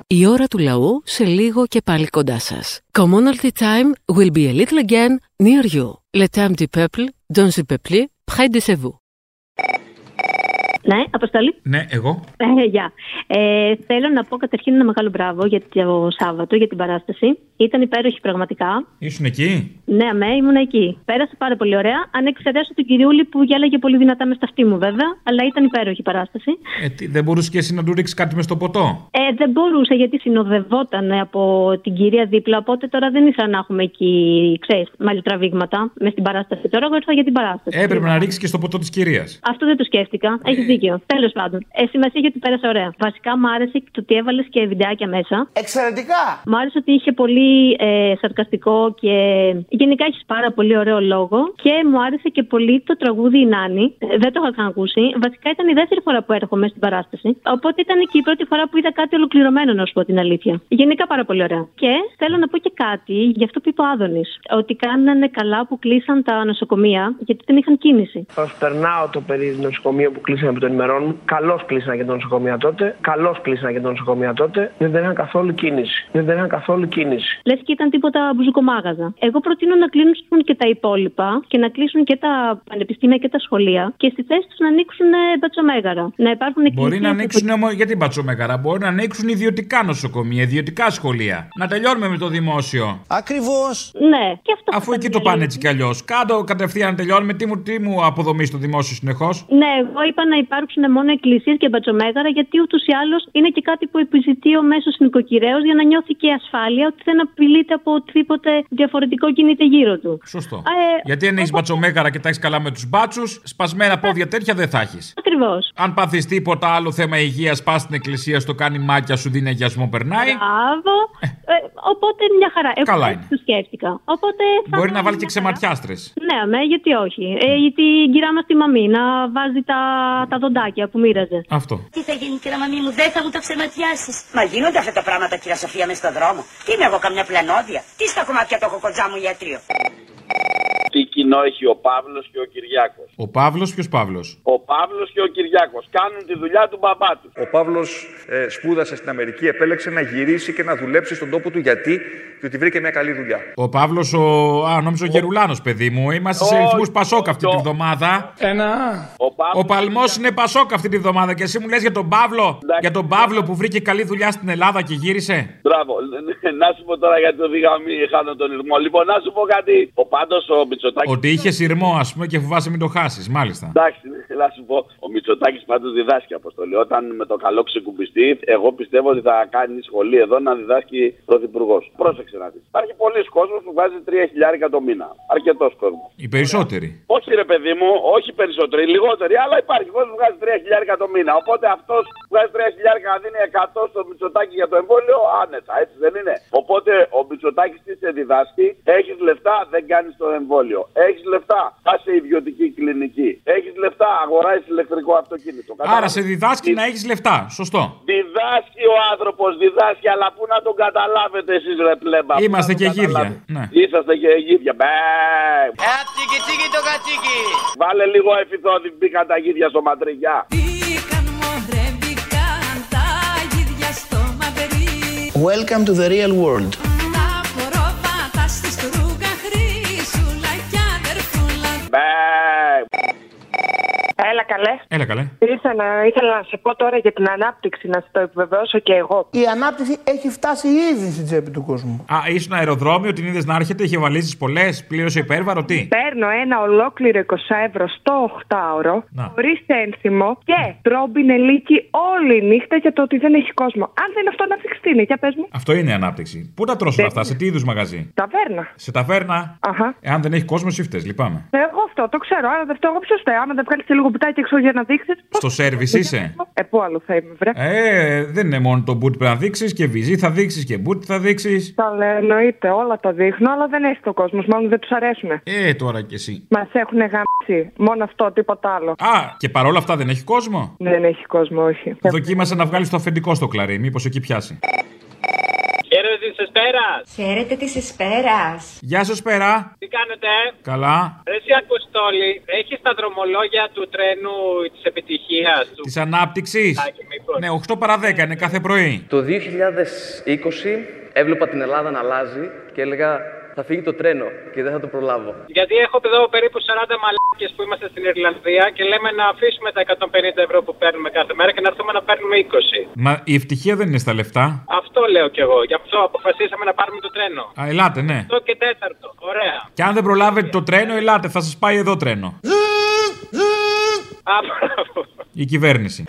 Η ώρα του λαού σε λίγο και πάλι κοντά σας. Commonalty time will be a little again near you. Le temps du peuple, dans le peuple, près de chez vous.
Ναι, Αποστολή.
Ναι, εγώ.
Ε, γεια. Ε, θέλω να πω καταρχήν ένα μεγάλο μπράβο για το Σάββατο, για την παράσταση. Ήταν υπέροχη πραγματικά.
Ήσουν εκεί.
Ναι, αμέ, ήμουν εκεί. Πέρασε πάρα πολύ ωραία. Αν εξαιρέσω τον κυριούλη που γέλαγε πολύ δυνατά μες στα αυτή μου, βέβαια. Αλλά ήταν υπέροχη η παράσταση.
Ε, τι, δεν μπορούσες και εσύ να του ρίξεις κάτι μες στο ποτό.
Ε, δεν μπορούσα γιατί συνοδευόταν από την κυρία δίπλα. Οπότε τώρα δεν ήθελα να έχουμε εκεί, ξέρεις, μαλλιοτραβήγματα μες στην παράσταση. Τώρα εγώ ήρθα για την παράσταση.
Ε, Έπρεπε να ρίξεις και στο ποτό της κυρίας.
Αυτό δεν το σκέφτηκα. Έχεις δίκιο. Τέλος πάντων. Ε, σημασία γιατί πέρασε ωραία. Βασικά μου άρεσε το ότι έβαλες και βιντεάκια μέσα. Εξαιρετικά! Μου άρεσε ότι είχε πολύ ε, σαρκαστικό και γενικά έχεις πάρα πολύ ωραίο λόγο. Και μου άρεσε και πολύ το τραγούδι Η Νάνη. Ε, δεν το είχα καν ακούσει. Βασικά ήταν η δεύτερη φορά που έρχομαι στην παράσταση. Οπότε ήταν και η πρώτη φορά που είδα κάτι ολοκληρωμένο, να σου πω την αλήθεια. Γενικά πάρα πολύ ωραία. Και θέλω να πω και κάτι για αυτό που είπε ο Άδωνης. Ότι κάνανε καλά που κλείσαν τα νοσοκομεία γιατί δεν είχαν κίνηση.
Προσπερνάω το περί νοσοκομείο που κλείσανε επί των ημερών μου. Καλώς κλείσανε και τα νοσοκομεία τότε. Καλώς κλείσανε και τα νοσοκομεία τότε. Δεν, δεν είχαν καθόλου κίνηση. Δεν, δεν είχαν καθόλου κίνηση.
Λες και ήταν τίποτα μπουζουκομάγαζα. Εγώ προτείνω να κλείσουν και τα υπόλοιπα και να κλείσουν και τα πανεπιστήμια και τα σχολεία και στη θέση τους να ανοίξουν ε, μπατσομέγαρα. Να υπάρχουν
Μπορεί
εκκλησίες
να
από
ανοίξουν όμως. Γιατί μπατσόμεγαρα, μπορεί να ανοίξουν ιδιωτικά νοσοκομεία, ιδιωτικά σχολεία. Να τελειώνουμε με το δημόσιο.
Ακριβώς. Ναι, και αυτό.
Αφού εκεί το πάνε έτσι κι αλλιώς. Κάτω κατευθείαν να τελειώνουμε. Τι μου, τι μου αποδομείς το δημόσιο συνεχώς.
Ναι, εγώ είπα να υπάρξουν μόνο εκκλησίες και μπατσομέγαρα, γιατί ούτως ή άλλως είναι και κάτι που επιζητεί ο μέσος νοικοκυρέο για να νιώθει και ασφάλεια ότι δεν απειλείται από οτιδήποτε διαφορετικό γίνεται γύρω του.
Σωστό.
Ε,
Γιατί αν έχεις μπατσομέγαρα και τα έχεις καλά με τους μπάτσους, σπασμένα πόδια τέτοια δεν θα έχεις.
Ακριβώς.
Αν πάθεις τίποτα άλλο θέμα υγείας, πας στην εκκλησία, στο κάνει μάτια σου, δίνει αγιασμό, περνάει.
Μπράβο. Ε, οπότε μια χαρά. Ε, Εγώ
Καλά
έτσι
είναι.
Το σκέφτηκα. Οπότε θα
Μπορεί
είναι
να βάλει
μια
και ξεματιάστρες.
Ναι, αμέ, γιατί όχι. Ε, γιατί η κυρία μα τη μαμή να βάζει τα, τα δοντάκια που μοίραζε.
Αυτό.
Τι θα γίνει, κύριε Μαμή μου, δεν θα μου τα ψεματιάσει. Μα γίνονται αυτά τα πράγματα, κυρία Σοφία, μες στον δρόμο. Τι είμαι εγώ, καμιά πλανόδια. Τι στα κομμάτια το κοκοτζά μου ιατρείο.
Τι κοινό έχει ο Παύλος και ο Κυριάκος.
Ο Παύλος, ποιος Παύλος.
Ο Παύλος και ο Κυριάκος κάνουν τη δουλειά του μπαμπά τους.
Ο Παύλος ε, σπούδασε στην Αμερική, επέλεξε να γυρίσει και να δουλέψει στον τόπο του γιατί, διότι βρήκε μια καλή δουλειά.
Ο Παύλος, ο. Α, νόμιζα ο Γερουλάνος, παιδί μου. Είμαστε σε
Όχι,
ρυθμούς Πασόκ αυτή τη βδομάδα. Ένα.
Ο,
ο Παλμός είναι Πασόκ αυτή τη βδομάδα και εσύ μου λες για τον Παύλο. Για τον Παύλο που βρήκε καλή δουλειά στην Ελλάδα και γύρισε.
Μπράβο. Να σου πω τώρα γιατί το δίγαμε χάνω τον ρυθμό. Λοιπόν, να σου πω κάτι. Ο πάντως ο Μητσοτάκης.
Ότι είχε σειρμό, ας πούμε, και φοβάσαι μην το χάσεις, μάλιστα.
Εντάξει, να σου πω. Ο Μητσοτάκης πάντως διδάσκει αποστολή. Όταν με το καλό ξεκουμπιστεί, εγώ πιστεύω ότι θα κάνει σχολή εδώ να διδάσκει πρωθυπουργός. Πρόσεξε να δεις. Υπάρχει πολλοί κόσμος που βγάζει 3 χιλιάρικα το μήνα. Αρκετός κόσμος.
Οι περισσότεροι.
Όχι ρε παιδί μου, όχι περισσότεροι, λιγότεροι, αλλά υπάρχει κόσμος που βγάζει 3 χιλιάρικα το μήνα. Οπότε αυτός που βγάζει 3 χιλιάρικα να δίνει 100 στο Μητσοτάκι για το εμβόλιο, άνετα, έτσι δεν είναι. Οπότε ο Μητσοτάκης τι σε διδάσκει, έχεις λεφτά, δεν κάνεις το εμβόλιο. Έχεις λεφτά, πα σε ιδιωτική κλινική. Έχεις λεφτά, αγοράζεις ηλεκτρικό αυτοκίνητο.
Άρα σε
Ε-
διδάσκει να έχεις λεφτά. Σωστό.
Διδάσκει ο άνθρωπος, διδάσκει, αλλά πού να τον καταλάβετε εσείς, ρε πλέμπα. πού
Είμαστε
να
και
τον
γύρια.
καταλάβετε.
Ναι.
Είσαστε και γύρια. Μπε.
Ε, Τσίκι τσίκι το κατσίκι.
Βάλε λίγο εφηθόδη, μπήκαν τα γύρια στο ματριγιά.
Μπήκαν μωρέ, μπήκαν τα γίδια στο μαδρί.
Welcome to the real world.
Τα πορώματα στη στρούγα χρήσουλα κι αδερφούλα.
Έλα καλέ.
Έλα καλέ.
Ήρθα να, ήθελα να σε πω τώρα για την ανάπτυξη, να σου το επιβεβαιώσω και εγώ.
Η ανάπτυξη έχει φτάσει ήδη στην τσέπη του κόσμου.
Α, ήσουν αεροδρόμιο, την είδες να έρχεται, είχε βαλίσεις πολλές, πλήρωσε υπέρβαρο,
Ναι.
τι.
Παίρνω ένα ολόκληρο 20 ευρώ στο 8ωρο,
Να.
χωρίς ένθυμο και τρόμπινε λύκη όλη η νύχτα για το ότι δεν έχει κόσμο. Αν δεν είναι αυτό, ανάπτυξη τι είναι, για πες μου.
Αυτό είναι η ανάπτυξη. Πού τα τρώσουν
Ναι.
αυτά, σε τι είδους μαγαζί.
Ταβέρνα.
Σε ταβέρνα.
Αχα.
Εάν δεν έχει κόσμο, εσύ φταίς, λυπάμαι.
Εγώ αυτό το ξέρω. Άρα δεν φταίω εγώ ποιος Άμα δεν βγάλεις και λίγο μπουτάκι έξω για να δείξεις.
Στο σερβις είσαι.
Ε, πού άλλο θα είμαι, βρε.
Ε, δεν είναι μόνο το boot πρέπει να δείξεις και βυζί θα δείξεις και boot θα δείξεις.
Τα λέω, εννοείται, όλα τα δείχνω, αλλά δεν έχει το κόσμος. Μάλλον δεν τους αρέσουν.
Ε, τώρα κι εσύ.
Μας έχουν γαμίσει. Μόνο αυτό, τίποτα άλλο.
Α, και παρόλα αυτά δεν έχει κόσμο.
Δεν έχει κόσμο, όχι.
Δοκίμασε να βγάλεις το αφεντικό στο κλαρί, μήπως εκεί πιάσει.
Χαίρετε της Εσπέρας! Χαίρετε της Εσπέρας!
Γεια σα, πέρα.
Τι κάνετε, ε?
Καλά.
Ρε εσύ Αποστόλη, έχεις τα δρομολόγια του τρένου της επιτυχίας του.
Της ανάπτυξης.
Τάκη, μήπως.
Ναι, 8 παρα 10 είναι κάθε πρωί.
Το 2020 έβλεπα την Ελλάδα να αλλάζει και έλεγα θα φύγει το τρένο και δεν θα το προλάβω.
Γιατί έχω εδώ περίπου 40 μαλάκες που είμαστε στην Ιρλανδία και λέμε να αφήσουμε τα 150 ευρώ που παίρνουμε κάθε μέρα και να έρθουμε να παίρνουμε 20.
Μα η ευτυχία δεν είναι στα λεφτά.
Αυτό λέω κι εγώ. Γι' αυτό αποφασίσαμε να πάρουμε το τρένο.
Α, ελάτε, ναι.
Το και τέταρτο. Ωραία.
Και αν δεν προλάβετε το τρένο, ελάτε, θα σας πάει εδώ τρένο.
Α, μπράβο.
Η κυβέρνηση.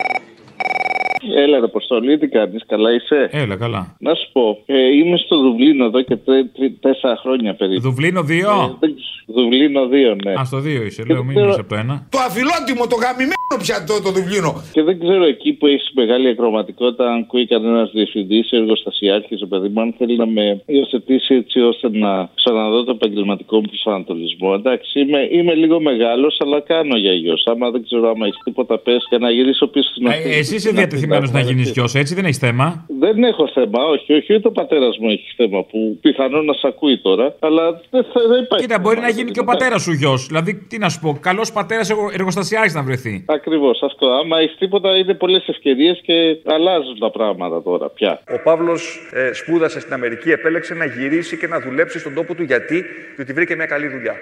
Έλα, ρε Αποστολή, τι κάνεις, καλά είσαι.
Έλα, καλά.
Να σου πω, ε, είμαι στο Δουβλίνο εδώ και τρε- τρι- τέσσερα χρόνια περίπου.
Δουβλίνο 2.
δεν ξέρω. Δουβλίνο 2, ναι.
Ας, στο 2 είσαι, λέω, μην είσαι από το 1.
Το αφιλότιμο, το γαμημένο πιατό το Δουβλίνο. Και δεν ξέρω εκεί που έχεις μεγάλη ακροματικότητα, αν ακούει κανένας διευθυντής ή εργοστασιάρχη, το παιδί μου, αν θέλει να με υιοθετήσει έτσι ώστε να ξαναδώ το επαγγελματικό μου προσανατολισμό. Εντάξει, είμαι, είμαι λίγο μεγάλος, αλλά κάνω για γιος. Άμα δεν ξέρω άμα έχεις τίποτα, πες και να γυρίσω πίσω στην
Ε, εσύ είσαι διατεθειμένος να γίνεις γιος, έτσι δεν έχεις θέμα.
Δεν έχω θέμα, όχι, όχι, ούτε ο πατέρας μου έχει θέμα που πιθανόν να σ' ακούει τώρα, αλλά δεν, θα, δεν υπάρχει.
Κοίτα, μπορεί να γίνει και ο πατέρα σου γιος. Δηλαδή, τι να σου πω, καλός πατέρας εργοστασιάρχης να βρεθεί.
Ακριβώ αυτό. Άμα έχεις τίποτα, είναι πολλές ευκαιρίες και αλλάζουν τα πράγματα τώρα πια.
Ο Παύλος ε, σπούδασε στην Αμερική, επέλεξε να γυρίσει και να δουλέψει στον τόπο του γιατί, διότι βρήκε μια καλή δουλειά.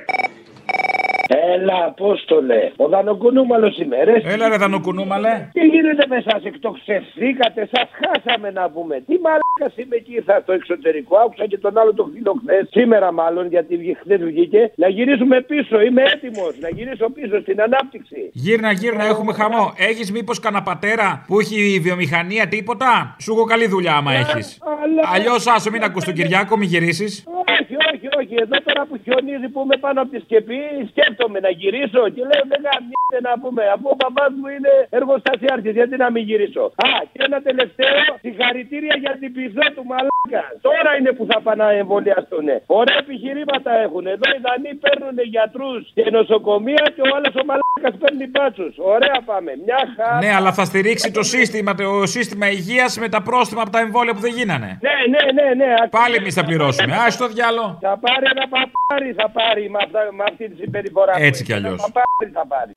Έλα, Απόστολε. Ο Δανοκουνούμαλο ημέρε.
Έλα, ρε Δανοκουνούμαλε.
Τι γίνεται με σας, εκτοξευθήκατε, σας χάσαμε να πούμε. Τι μαλάκας είμαι εκεί, ήρθα στο εξωτερικό. Άκουσα και τον άλλο τον φίλο χθες. Σήμερα μάλλον, γιατί χθες βγήκε. Να γυρίσουμε πίσω, είμαι έτοιμος. Να γυρίσω πίσω στην ανάπτυξη.
Γύρνα, γύρνα, έχουμε χαμό. Έχεις μήπως κανένα πατέρα που έχει βιομηχανία τίποτα. Σου έχω καλή δουλειά άμα
Ε,
έχεις.
Αλλά-
Αλλιώς άσο, μην ακούς τον Κυριάκο, μην γυρίσεις.
ε, Όχι, όχι, όχι. Εδώ τώρα που χιονίζει που είμαι πάνω από τη σκεπή, σκέφτομαι να γυρίσω και λέω δεν γαμιέται να πούμε. Αφού ο μπαμπάς μου είναι εργοστασιάρχης, γιατί να μην γυρίσω. Α, και ένα τελευταίο, συγχαρητήρια για την πυθό του μαλάκα. Τώρα είναι που θα πάνε να εμβολιαστούν. Ωραία επιχειρήματα έχουν. Εδώ οι Δανείοι παίρνουν γιατρούς και νοσοκομεία και ο άλλος ο μαλάκας
μαλάκα παίρνει μπάτσους. Ωραία πάμε. Μια χαρά.
Ναι, αλλά θα στηρίξει το σύστημα, το σύστημα υγείας με τα πρόστιμα από τα εμβόλια που δεν γίνανε.
Ναι, ναι, ναι, ναι.
Πάλι εμείς θα πληρώσουμε. Α, στο διάλο.
Θα πάρει ένα παπάρι, θα πάρει με, αυτά- με αυτή τη συμπεριφορά. που έχει.
Έτσι κι αλλιώς.
Ένα παπάρι θα πάρει.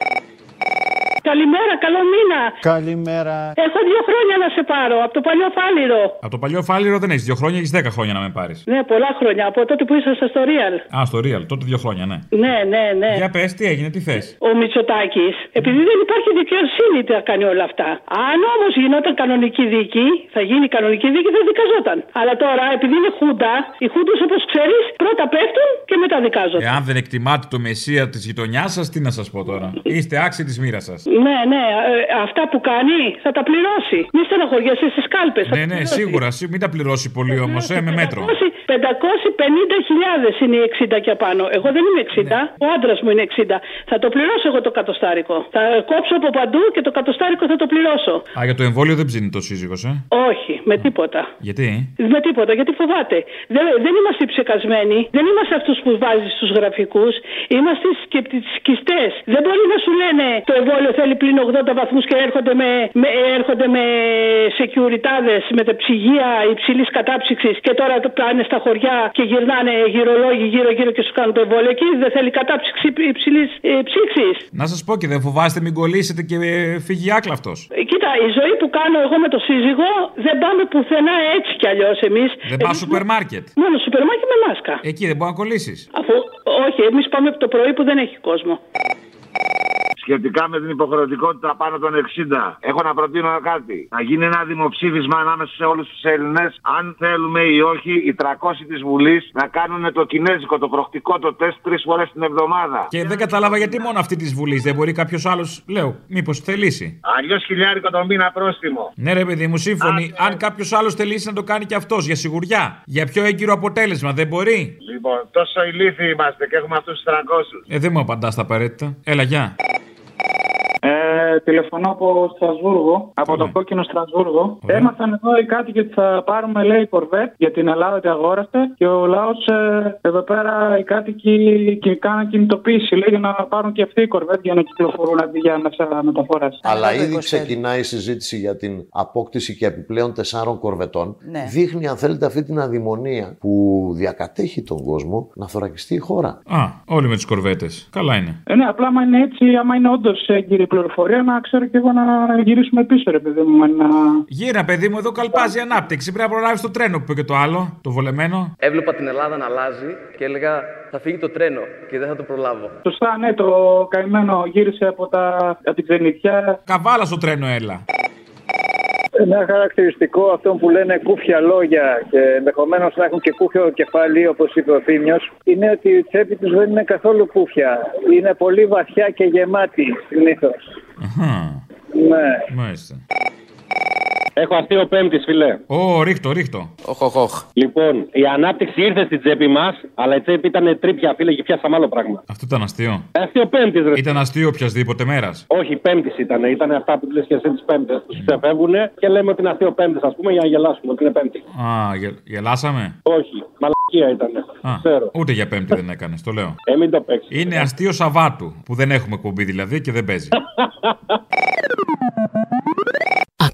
Καλημέρα, καλό μήνα.
Καλημέρα.
Έχω δύο χρόνια να σε πάρω από το παλιό φάληρο.
Από το παλιό φάληρο δεν έχεις δύο χρόνια, έχεις δέκα χρόνια να με πάρεις.
Ναι, πολλά χρόνια από τότε που ήσασταν στο Real.
Α, στο real, τότε δύο χρόνια, ναι.
Ναι, ναι, ναι.
Για πες, τι έγινε, τι θες.
Ο Μητσοτάκης, επειδή δεν υπάρχει δικαιοσύνη, τα κάνει όλα αυτά. Αν όμως γινόταν κανονική δίκη, θα γίνει κανονική δίκη, θα δικαζόταν. Αλλά τώρα, επειδή είναι χούντα, οι χούντες όπως ξέρεις, πρώτα πέφτουν και μετά δικάζονται.
Εάν δεν εκτιμάτε το μεσία της γειτονιάς σας, τι να σας πω τώρα. Είστε άξιοι της μοίρας σας.
Ναι, ναι, ε, αυτά που κάνει θα τα πληρώσει. Μη στεναχωριέσαι στις κάλπες.
Ναι, ναι, σίγουρα. σί- Μην τα πληρώσει πολύ όμως, ε, με μέτρο.
550.000 είναι οι 60 και απάνω. Εγώ δεν είμαι 60. Ο άντρας μου είναι 60. Θα το πληρώσω εγώ το κατοστάρικο. Θα κόψω από παντού και το κατοστάρικο θα το πληρώσω.
Α, για το εμβόλιο δεν ψήνει το σύζυγος, ε.
Όχι, με τίποτα.
Γιατί?
Με τίποτα, γιατί φοβάται. Δεν, δεν είμαστε ψεκασμένοι, δεν είμαστε αυτούς που βάζεις στους γραφικούς. Είμαστε σκεπτικιστές. Δεν μπορεί να σου λένε το εμβόλιο θέλει πλήν 80 βαθμούς και έρχονται με, με, έρχονται με σεκιουριτάδες, με τα ψυγεία υψηλής κατάψυξης και τώρα το πάνε στα χωριά και γυρνάνε γυρολόγοι γύρω-γύρω και σου κάνουν το εμβόλιο. Εκεί δεν θέλει κατάψυξη ε, υψηλή ψήξη.
Να σας πω και δεν φοβάστε, μην κολλήσετε και ε, φύγει άκλαυτος.
Ε, Κοίτα, η ζωή που κάνω εγώ με τον σύζυγο δεν πάμε πουθενά έτσι κι αλλιώς εμείς.
Δεν πας σούπερ μάρκετ.
Μόνο σούπερ μάρκετ με μάσκα.
Εκεί δεν μπορείς να κολλήσεις.
Αφού, όχι, εμείς πάμε από το πρωί που δεν έχει κόσμο.
Σχετικά με την υποχρεωτικότητα πάνω των 60, έχω να προτείνω κάτι. Να γίνει ένα δημοψήφισμα ανάμεσα σε όλους τους Έλληνες, αν θέλουμε ή όχι, οι 300 της Βουλής να κάνουν το κινέζικο, το προχτικό, το τεστ τρεις φορές την εβδομάδα.
Και δεν κατάλαβα γιατί μόνο αυτή της βουλής δεν μπορεί κάποιος άλλος. Λέω, μήπως θελήσει.
Αλλιώς χιλιάρικο το μήνα πρόστιμο.
Ναι, ρε παιδί μου, σύμφωνοι. Αν κάποιος άλλος θελήσει να το κάνει και αυτός για σιγουριά. Για πιο έγκυρο αποτέλεσμα, δεν μπορεί.
Λοιπόν, τόσο ηλίθιοι είμαστε και έχουμε αυτούς τους 300.
Ε, δεν μου απαντάς τα απαραίτητα. Έλα, γεια.
Ε, τηλεφωνώ από Στρασβούργο, από το κόκκινο Στρασβούργο. Έμαθαν εδώ οι κάτοικοι ότι θα πάρουμε, λέει, κορβέτ για την Ελλάδα ότι αγόρασε και ο λαός ε, εδώ πέρα οι κάτοικοι και κάναν κινητοποίηση, λέει, για να πάρουν και αυτοί οι κορβέτ για να κυκλοφορούν αντί για μέσα μεταφοράς.
Αλλά ήδη ξεκινάει η συζήτηση για την απόκτηση και επιπλέον τεσσάρων κορβετών.
Ναι.
Δείχνει, αν θέλετε, αυτή την αδημονία που διακατέχει τον κόσμο να θωρακιστεί η χώρα.
Α, όλοι με τι κορβέτες. Καλά είναι.
Ε, ναι, απλά άμα είναι έτσι, άμα είναι όντως έγκυρη η πληροφορία, να ξέρω και εγώ να γυρίσουμε πίσω, ρε παιδί μου. Να...
Γύρα, παιδί μου, εδώ καλπάζει η ανάπτυξη. Πρέπει να προλάβεις το τρένο που είπε και το άλλο, το βολεμένο.
Έβλεπα την Ελλάδα να αλλάζει και έλεγα θα φύγει το τρένο και δεν θα το προλάβω.
Σωστά, ναι, το καημένο γύρισε από, τα, από την ξενιτιά.
Καβάλα στο τρένο, έλα.
Ένα χαρακτηριστικό αυτών που λένε κούφια λόγια και ενδεχομένως να έχουν και κούφιο κεφάλι, όπως είπε ο Θήμιος, είναι ότι η τσέπη τους δεν είναι καθόλου κούφια. Είναι πολύ βαθιά και γεμάτη συνήθως.
Αχα,
Ναι.
μάλιστα.
Ε, Έχω αστείο πέμπτης, φιλέ.
Ω, ρίχτω, ρίχτω.
Οχ, οχ, οχ. Λοιπόν, η ανάπτυξη ήρθε στην τσέπη μας, αλλά η τσέπη ήταν τρίπια, φίλε, και πιάσαμε άλλο πράγμα.
Αυτό ήταν αστείο.
Ε,
Αστείο πέμπτης, ρε.
Ήταν αστείο οποιασδήποτε μέρας.
Όχι, πέμπτης ήταν. Ήταν αυτά που λες και εσύ τις πέμπτες. Του ξεφεύγουν και λέμε ότι είναι αστείο πέμπτης, ας πούμε, για να γελάσουμε ότι είναι πέμπτης.
Α, γε- γελάσαμε.
Όχι, μαλακία ήταν.
Α, ούτε για πέμπτη δεν έκανες, το λέω.
Ε, μην το παίξεις.
Είναι αστείο Σαββάτου, που δεν έχουμε κουμπί δηλαδή και δεν παίζει.